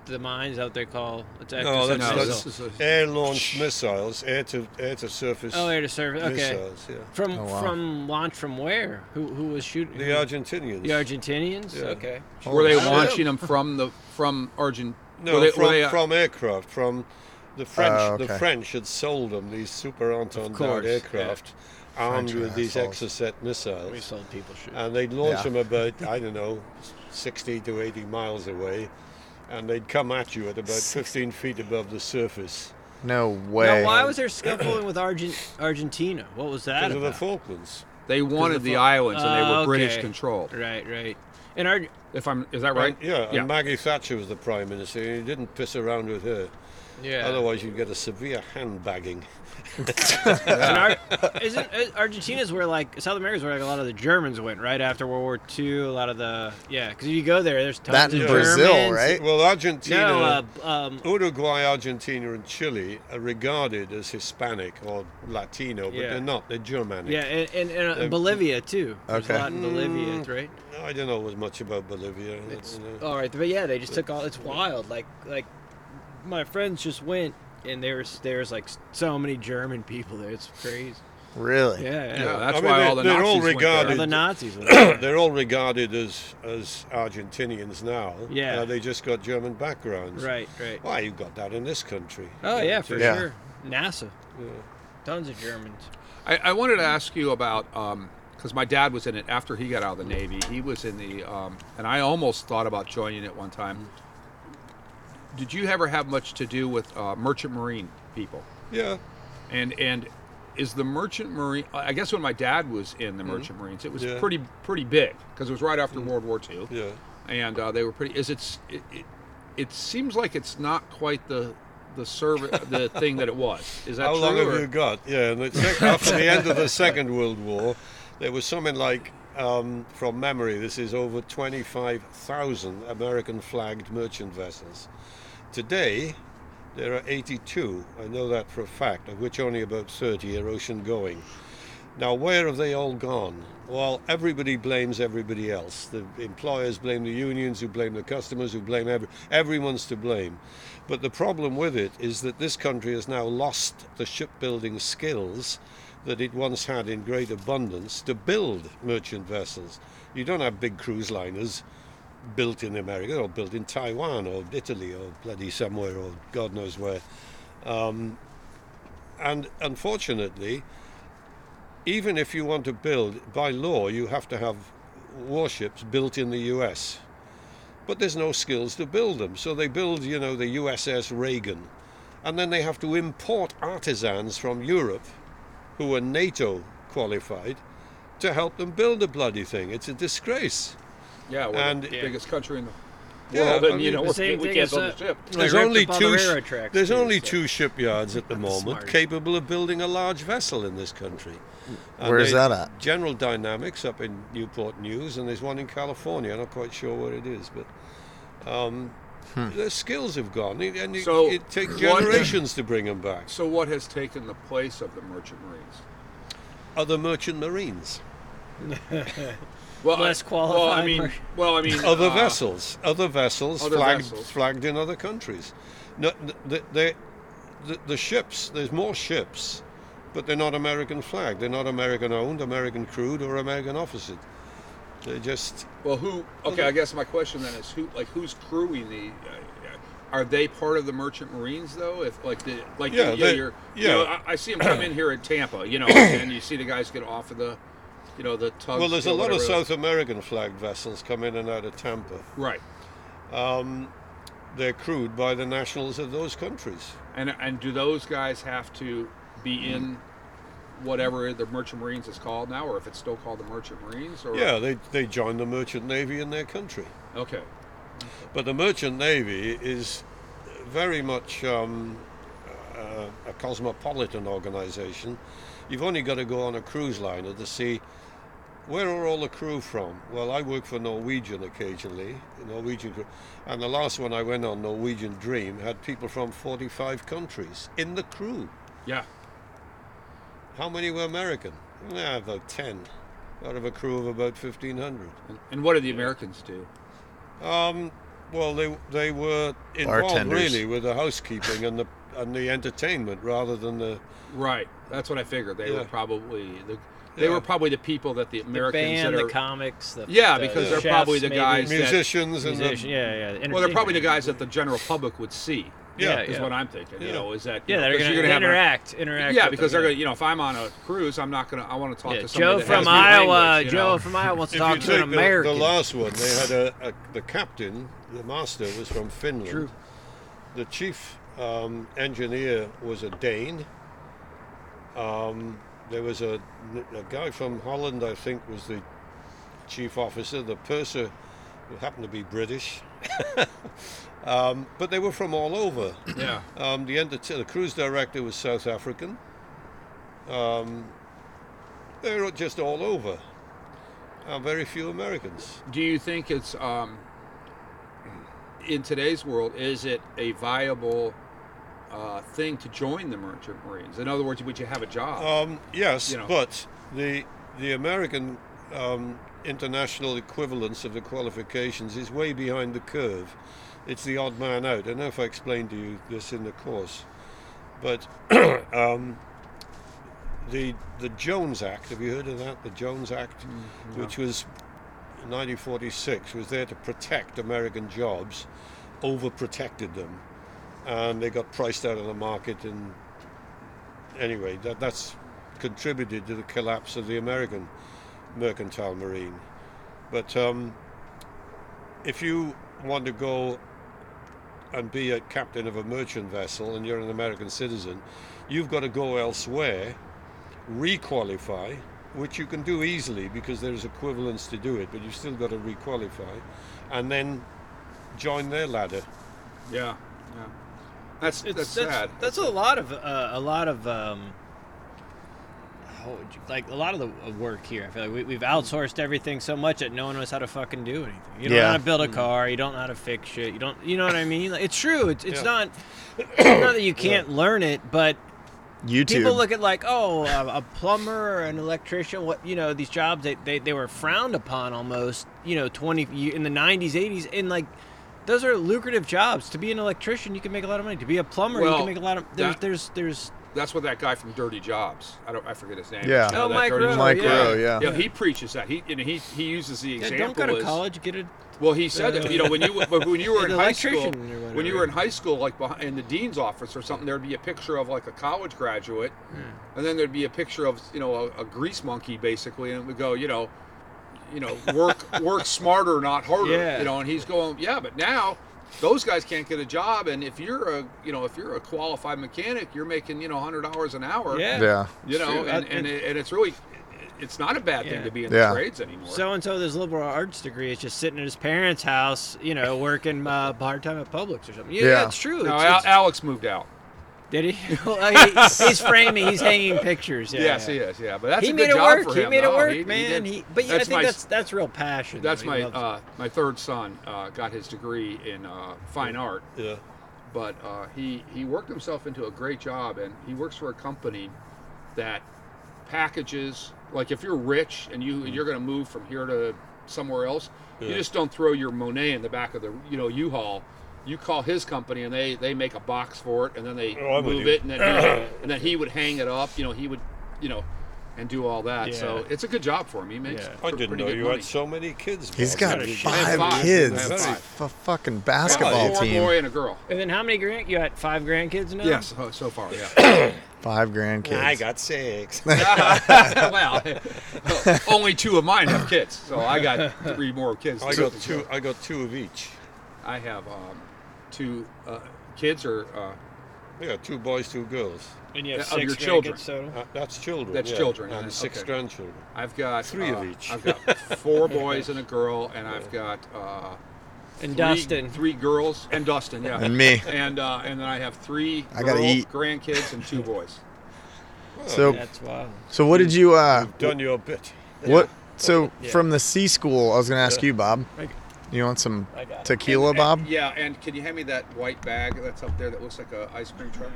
the mines out there call? It's no, active that's, No, submersible. this that's is a- air-launched missiles, air to air to surface Oh, air to surface. Okay. missiles. Yeah. From Oh, wow. from launch from where? Who who was shooting? The Argentinians. Mm-hmm. The Argentinians. Yeah. Okay. were they Holy shit. launching them from the from Argent? Oh. No, were they, from, were they, uh, from aircraft, from the French. Oh, The okay. French had sold them these super Anton course, Dowd yeah. aircraft, armed French with these assholes. Exocet We missiles, sold people shit. and they'd launch Yeah. them about I don't know, sixty to eighty miles away, and they'd come at you at about fifteen feet above the surface No way. now, why was there scuffling with Argent Argentina? What was that because of the about? Falklands. they wanted the the fo- islands and they were Oh, British okay. controlled. Right, right. And Ar- If I'm, is that right? And, yeah, and Maggie Thatcher was the prime minister, and you didn't piss around with her. yeah. Otherwise, you'd get a severe handbagging. And Ar- [LAUGHS] isn't uh, Argentina's where like South America's where like a lot of the Germans went right after World War II. A lot of the yeah, because if you go there, there's tons that of in Brazil, Germans. right? Well, Argentina. No, uh, um, Uruguay, Argentina, and Chile are regarded as Hispanic or Latino, but Yeah. they're not. They're Germanic. yeah, and, and, and uh, Bolivia too. There's Okay. a lot in Bolivia, right? I don't know as much about Bolivia. It's you know. all right, but yeah, they just took all. It's wild. Like like my friends just went, and there's there's like so many German people there. It's crazy. Really? Yeah, Yeah, that's I mean, why they- all the they're Nazis all went All regarded- there. the Nazis. [COUGHS] Went there. [CLEARS THROAT] they're all regarded as as Argentinians now. Yeah. Uh, they just got German backgrounds. right, right. Why you got that in this country? Oh Uh, yeah, for too. Yeah. sure. NASA. Tons of Germans. I, I wanted to ask you about because my dad was in it after he got out of the Navy. He was in the, um, and I almost thought about joining it one time. Did you ever have much to do with uh, merchant marine people? Yeah. And and is the merchant marine? I guess when my dad was in the merchant marines, it was Mm-hmm. Yeah. Mm-hmm. pretty pretty big because it was right after World War II. Yeah. and uh, they were pretty. Is it's it, it, it seems like it's not quite the the [LAUGHS] server the thing that it was. Is that How true? long or- have you got? Yeah, and it's [LAUGHS] like after the end of the Second World War, there was something like, um, from memory, this is over 25,000 American flagged merchant vessels. Today, there are 82, I know that for a fact, of which only about 30 are ocean going. Now, where have they all gone? Well, everybody blames everybody else. The employers blame the unions, who blame the customers, who blame every, everyone's to blame. But the problem with it is that this country has now lost the shipbuilding skills that it once had in great abundance to build merchant vessels. You don't have big cruise liners built in America or built in Taiwan or Italy or bloody somewhere or God knows where. Um, and unfortunately, even if you want to build, by law, you have to have warships built in the US. But there's no skills to build them. So they build, you know, the USS Reagan. And then they have to import artisans from Europe who are NATO qualified to help them build the bloody thing. It's a disgrace. Yeah, we're And- the biggest country in the Yeah, world, I and you mean, know the we're, same we thing can't as, build uh, a ship. They There's ripped only up all two. the sh- railroad tracks, there's too, only so- two [LAUGHS] shipyards at the moment smart. capable of building a large vessel in this country. And Where's they- that at? General Dynamics up in Newport News, and there's one in California. I'm not quite sure where it is, but um, Hmm. the skills have gone, and it, So, it takes what- generations to bring them back. So what has taken the place of the merchant marines? Other merchant marines, Less Well, I- Well, I qualified mean, mer- well, I mean, other uh, vessels, other vessels other flagged vessels. flagged in other countries. No, th- th- they, the, the ships. There's more ships, but they're not American flagged. They're not American owned, American crewed, or American officered. They just Well, who? Okay, I guess my question then is who? Like, who's crewing the? Uh, are they part of the merchant marines though? If like the like Yeah, you, they- you're, you yeah. know, I, I see them come in here at Tampa, you know, and you see the guys get off of the, you know, the tug. well. There's a lot of South American flagged vessels come in and out of Tampa. Right, They're crewed by the nationals of those countries. and and do those guys have to be in? Whatever the merchant marines is called now, or if it's still called the merchant marines, or Yeah, they they join the merchant navy in their country. okay, But the merchant navy is very much um, uh, a cosmopolitan organization. You've only got to go on a cruise liner to see where are all the crew from. Well, I work for Norwegian occasionally, Norwegian crew, and the last one I went on, Norwegian Dream, had people from 45 countries in the crew. yeah, How many were American? Nah, about 10 out of a crew of about 1,500. and, and what do the Americans do? Well, they they were involved Bartenders. really with the housekeeping and the and the entertainment rather than the Right. That's what I figured. They Yeah. were probably the, they Yeah. were probably the people that the The Americans band, that the are comics, the Yeah, the because they're chefs, probably the maybe. guys- that- musicians and Musician, the, yeah, yeah. well, they're probably the entertainment. guys that the general public would see. Yeah, is yeah. what I'm thinking. Yeah. You know, is that Yeah, you know, they're 'cause gonna, you're gonna have a- interact, interact. yeah, with because them, they're gonna you know if I'm on a cruise, I'm not gonna I want to talk Yeah, to Joe somebody that has from the Iowa. language, you Joe know. from Iowa wants to If you talk to an take the, the American. last one, they had a, a the captain, the master was from Finland. The chief um, engineer was a Dane. Um, there was a, a guy from Holland, I think, was the chief officer. The purser happened to be British. [LAUGHS] um, but they were from all over. yeah, Um, the, enter- the cruise director was South African. Um, they were just all over. Uh, very few Americans. do you think it's um, in today's world is it a viable uh, thing to join the merchant marines? In other words, would you have a job? Um, yes, You know. but the the American um, international equivalence of the qualifications is way behind the curve. It's the odd man out. I don't know if I explained to you this in the course, but [CLEARS THROAT] um, the the Jones Act. Have you heard of that? The Jones Act, Mm-hmm. which was 1946, was there to protect American jobs, overprotected them, and they got priced out of the market and anyway, that, that's contributed to the collapse of the American mercantile marine. But um, if you want to go and be a captain of a merchant vessel and you're an American citizen, you've got to go elsewhere, requalify, which you can do easily because there's equivalence to do it, but you've still got to requalify, and then join their ladder. yeah, yeah. That's, It's- that's that's, sad. that's a lot of uh, a lot of um, how would you- like a lot of the uh, work here. I feel like we, we've outsourced everything so much that no one knows how to fucking do anything. You don't know Yeah. how to build a car. You don't know how to fix shit. You don't. You know what I mean? Like, it's true. It's, it's Yeah. not. It's not that you can't learn it, but YouTube. people look at like oh a, a plumber or an electrician what you know these jobs they, they, they were frowned upon almost you know 20 you- in the 90s 80s and like those are lucrative jobs to be an electrician you can make a lot of money to be a plumber you Well, can make a lot of there's that- there's there's That's what that guy from Dirty Jobs. I don't. I forget his name. Yeah. You know, Oh, that Mike Dirty Rowe, Jobs Mike guy. Rowe, yeah. Yeah. He preaches that. He you know, he he uses the yeah, example. don't go to as- college get a [LAUGHS] Well, he said that. You know, when you when you were an in high school, electrician or whatever. When you were in high school, like behind, in the dean's office or something, there'd be a picture of like a college graduate, Hmm. and then there'd be a picture of you know a, a grease monkey basically, and it would go, you know, you know, [LAUGHS] work work smarter, not harder. Yeah. You know, and he's going, yeah, but now those guys can't get a job, and if you're a you know if you're a qualified mechanic, you're making you know hundred dollars an hour. Yeah. Yeah. You know, True. and I- and, it, and it's really, it's not a bad Yeah. thing to be in Yeah. the trades anymore. So and so, this liberal arts degree is just sitting at his parents' house, you know, working uh, part time at Publix or something. Yeah, Yeah. that's true. no, It's- Al- it's- Alex moved out. Did he? [LAUGHS] Well, he- he's framing. He's hanging pictures. Yeah, yes, yeah. he is. Yeah, but that's he a made it good job work. for He him, made it though. work, He- he man. did. He, but yeah, I That's think my- that's that's real passion. That's though. my He loves it. uh, my third son uh, got his degree in uh, fine art, Yeah. but uh, he he worked himself into a great job, and he works for a company that packages like if you're rich and you you're going to move from here to somewhere else, you Mm. Yeah. just don't throw your Monet in the back of the you know U-Haul. You call his company and they they make a box for it, and then they Oh, I'm with move you. it, and then [COUGHS] he, and then he would hang it up. You know he would you know. And do all that, so Yeah. it's a good job for him. He makes Yeah. I pr- didn't pretty know good you money. had so many kids. He's Bob. got You- I five, have five. kids. I have It's a five. fu- fucking Yeah, basketball four team. boy and a girl. And then how many grand? You had five grandkids now. Yeah, so, uh, so far, [COUGHS] [COUGHS] yeah. Five grandkids. I got six. well, only two of mine have kids, so I got three more kids. I got two. I got two of each. I have um, two uh, kids, or uh, Yeah, two boys, two girls. And you have Of six your grandkids children. total. Uh, that's children. That's yeah. children, And yeah, six okay. grandchildren. I've got Three of uh, each. I've got four boys and a girl, and I've got uh, And three- Dustin. three girls, and Dustin, yeah, And me. and uh, and then I have three I gotta girl eat. grandkids and two boys. So That's wild. so what did you uh Done your [LAUGHS] bit. what so from the C school I was gonna ask you, Bob. I- You want some I got it. tequila, Bob? [LAUGHS] Yeah, and can you hand me that white bag that's up there that looks like a ice cream truck?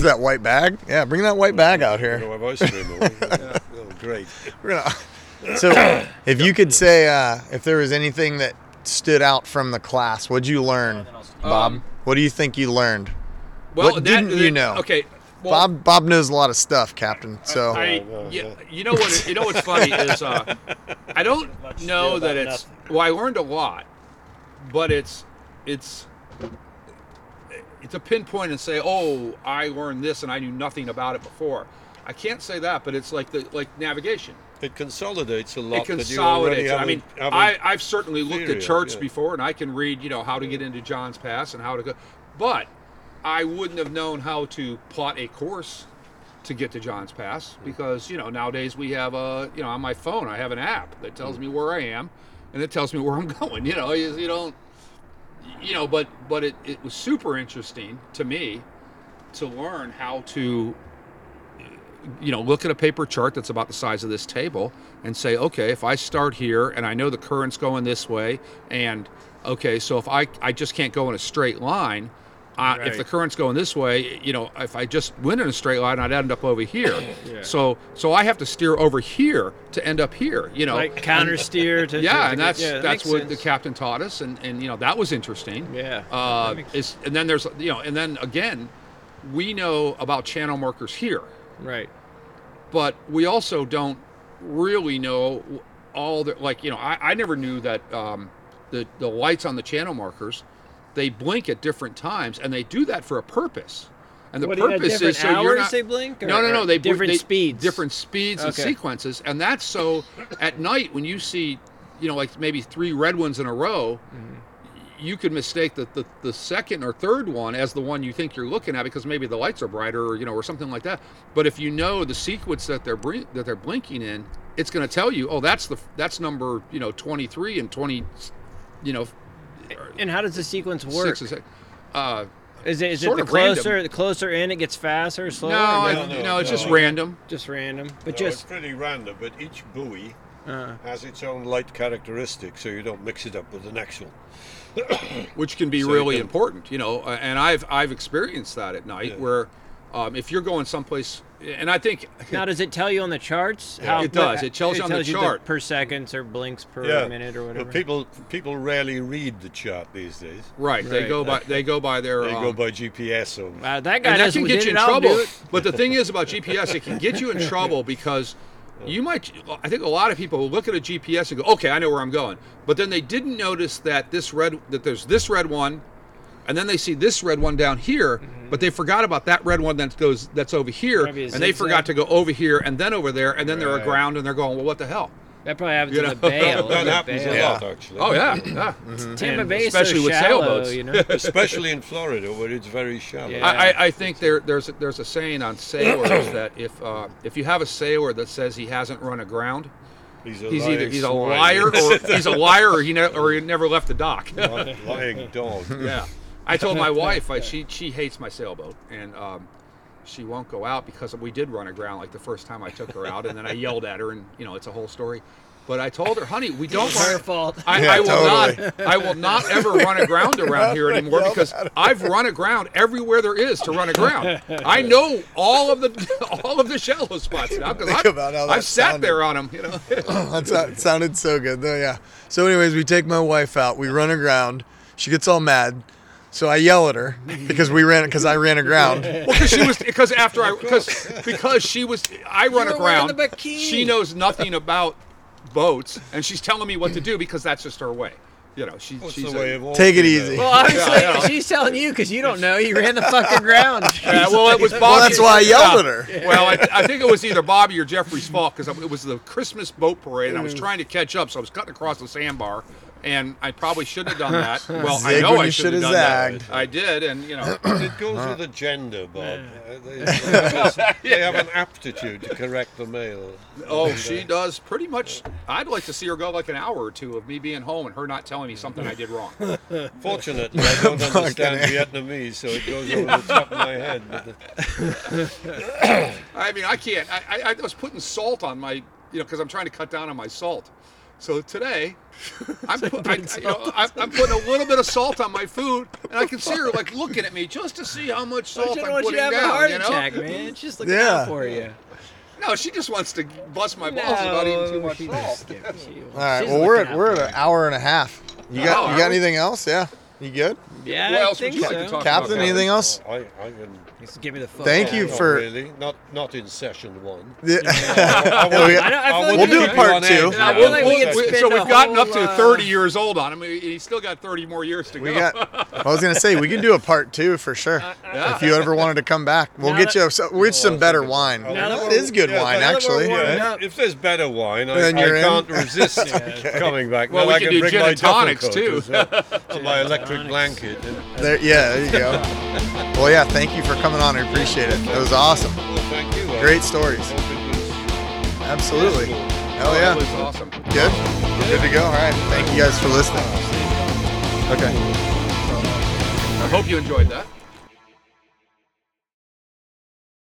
that white bag? Yeah, bring that white bag out You here. know, have ice cream. or- oh, great. We're gonna- [LAUGHS] So, if you could say uh, if there was anything that stood out from the class, what'd you learn, Bob? Um, what do you think you learned? Well, What that- didn't you that- know? Okay, well, Bob Bob knows a lot of stuff, Captain. So I, Oh, no, yeah, yeah. you know what? You know what's [LAUGHS] funny is uh, I don't Much know about that it's. nothing. Well, I learned a lot, but it's it's it's a pinpoint and say, oh, I learned this and I knew nothing about it before. I can't say that, but it's like the like navigation. It consolidates a lot. It that you already consolidates. I mean, haven't- haven't- I, I've certainly looked theory at of, charts yeah. before, and I can read, you know, how to get into John's Pass and how to go. But I wouldn't have known how to plot a course to get to John's Pass Hmm. because, you know, nowadays we have a, you know, on my phone I have an app that Hmm. tells me where I am, and it tells me [LAUGHS] where I'm going. You know, you, you don't, you know, but but it, it was super interesting to me to learn how to you know, look at a paper chart that's about the size of this table and say, okay, if I start here and I know the current's going this way, and okay, so if I, I just can't go in a straight line, uh, if the current's going this way, you know, if I just went in a straight line, I'd end up [COUGHS] over here. So, so I have to steer over here to end up here. You know, Like counter steer to yeah, to- and to- that's yeah, that that's makes what sense. the captain taught us, and and you know that was interesting. Yeah, Uh, that makes- is and then there's you know, and then again, we know about channel markers here right. but we also don't really know all the like you know i, I never knew that um, the, the lights on the channel markers they blink at different times and they do that for a purpose and the What, at purpose different is so you're hours not, they blink, no or- no no or they bl- different they- speeds? different speeds and Okay. sequences and that's so at night when you see you know like maybe three red ones in a row you could mistake the, the, the second or third one as the one you think you're looking at because maybe the lights are brighter or you know or something like that. But if you know the sequence that they're brin- that they're blinking in, it's going to tell you, oh, that's the f- that's number you know 23 and 20, you know, And how does the sequence work? six. Is, uh, Is it, is it Sort the of random. closer the closer in it gets faster, no, slower? I- or no, no, it's no. just random. just random. But No, it's just pretty random, but each buoy uh, has its own light characteristic, so you don't mix it up with the next one. which can be So you really can- important, you know. uh, And I've I've experienced that at night where, um, if you're going someplace, and I think [LAUGHS] now does it tell you on the charts? It does. It tells you on the chart. per seconds or blinks per minute or whatever. But people people rarely read the chart these days. right, they Right. go by they go by their They um, go by GPS or wow, Uh, that guy and that doesn't can get did you in it, I'll do trouble. it. [LAUGHS] But the thing is about GPS, it can [LAUGHS] get you in trouble because you might. I think a lot of people will look at a GPS and go, "Okay, I know where I'm going," but then they didn't notice that this red that there's this red one, and then they see this red one down here, Mm-hmm. but they forgot about that red one that goes that's over here, Probably a and they zigzag. forgot to go over here and then over there, and then they're Right. aground and they're going, well, what the hell? That probably happens You in know, the [LAUGHS] bay. a that little happens bit. a bay. lot, actually. [LAUGHS] Oh yeah, yeah. Tampa And Bay is so especially with shallow, sailboats. you know. Especially in Florida, where it's very shallow. Yeah. [LAUGHS] I, I, I think there, there's a, there's a saying [COUGHS] on sailors that if uh, if you have a sailor that says he hasn't run aground, He's a he's lying either he's a swine. liar or [LAUGHS] he's a liar or he ne- or he never left the dock. [LAUGHS] lying [LAUGHS] dog. yeah. [LAUGHS] I told my wife I, she she hates my sailboat and um, she won't go out because we did run aground like the first time I took her out and then I yelled at her and you know it's a whole story. But I told her, honey, we don't. It's her run- fault. [LAUGHS] I, Yeah, I will totally. not. I will not ever run [LAUGHS] aground around here anymore because I've run aground everywhere there is to run aground. I know all of the [LAUGHS] all of the shallow spots now because [LAUGHS] Think I've, about how I've that sat sounded. there on them. You know. [LAUGHS] That's, that sounded so good though. Yeah. So, anyways, we take my wife out. We run aground. She gets all mad. So I yell at her because we ran because I ran aground. Well, because she was [LAUGHS] because after I because because she was I run were aground. wearing the bikini. She knows nothing about boats, and she's telling me what to do because that's just her way. You know, she, What's she's the way a, of all Take it females? easy. Well, obviously, Yeah, I know. she's telling you because you don't know. You ran [LAUGHS] the fucking ground. [LAUGHS] Yeah, well, it was Bobby. [LAUGHS] Well, that's why I yelled at her. [LAUGHS] Well, I, I think it was either Bobby or Jeffrey's fault because it was the Christmas boat parade, and I was Mm. trying to catch up, so I was cutting across the sandbar, and I probably shouldn't have done that. [LAUGHS] Well, I Zig know when I you should have done shoulda that. I did, and [CLEARS THROAT] you know, It goes with the gender, [LAUGHS] Bob. Uh, They, they have a- they have an aptitude to correct the male. Oh, uh, she does pretty much. I'd like to see her go like an hour or two of me being home and her not telling me something I [LAUGHS] did wrong. Fortunately, I don't Fucking understand hell. Vietnamese, so it goes over the top of my head. But I mean, I can't. I, I, I was putting salt on my, you know, because I'm trying to cut down on my salt. [LAUGHS] So today, I'm, put, I, I- you know, I'm, I'm putting a little bit of salt on my food, and I can see her like looking at me just to see how much I salt shouldn't I'm want you putting to have down. a heart you know? attack, man. She's just looking Yeah. out for you. No, she just wants to bust my balls about eating too much she salt. just gives you- All right. she's Well, we're looking at out we're at for an hour and a half. You got Wow. you got anything else? Yeah. You good, you. Yeah, I What else would think you like to so. talk Captain? about? Anything else? I, I can. Just give me the fuck. Thank out. you not for- really. Not not in [LAUGHS] session one. I know. I feel I like We'll we do a could- part on two. edge Yeah, now. I feel like we We'll could do- spend so we've a gotten whole, up to uh, 30 years old on him. He- He's still got 30 more years to We go. got. I was gonna say we can do a part two for sure. Yeah. If you ever wanted to come back, we'll Uh, Now get that- Oh, you some, with some better wine. Now that That we're- is good yeah, wine, now that actually. we're warmed Yeah. up, If there's better wine, I, Then I you're in. can't [LAUGHS] resist coming back. Well, Now we I can can do bring gin my and duffel tonics, coat too. as well, and my [LAUGHS] electric blanket. And, There, yeah, there you [LAUGHS] go. well, yeah, thank you for coming on. I appreciate it. It was awesome. well, thank you. uh, Al. Great stories. Hope it was- Absolutely. Hell Oh, That yeah. was awesome. Good. Good to go. All right. Thank you guys for listening. Okay. I hope you enjoyed that.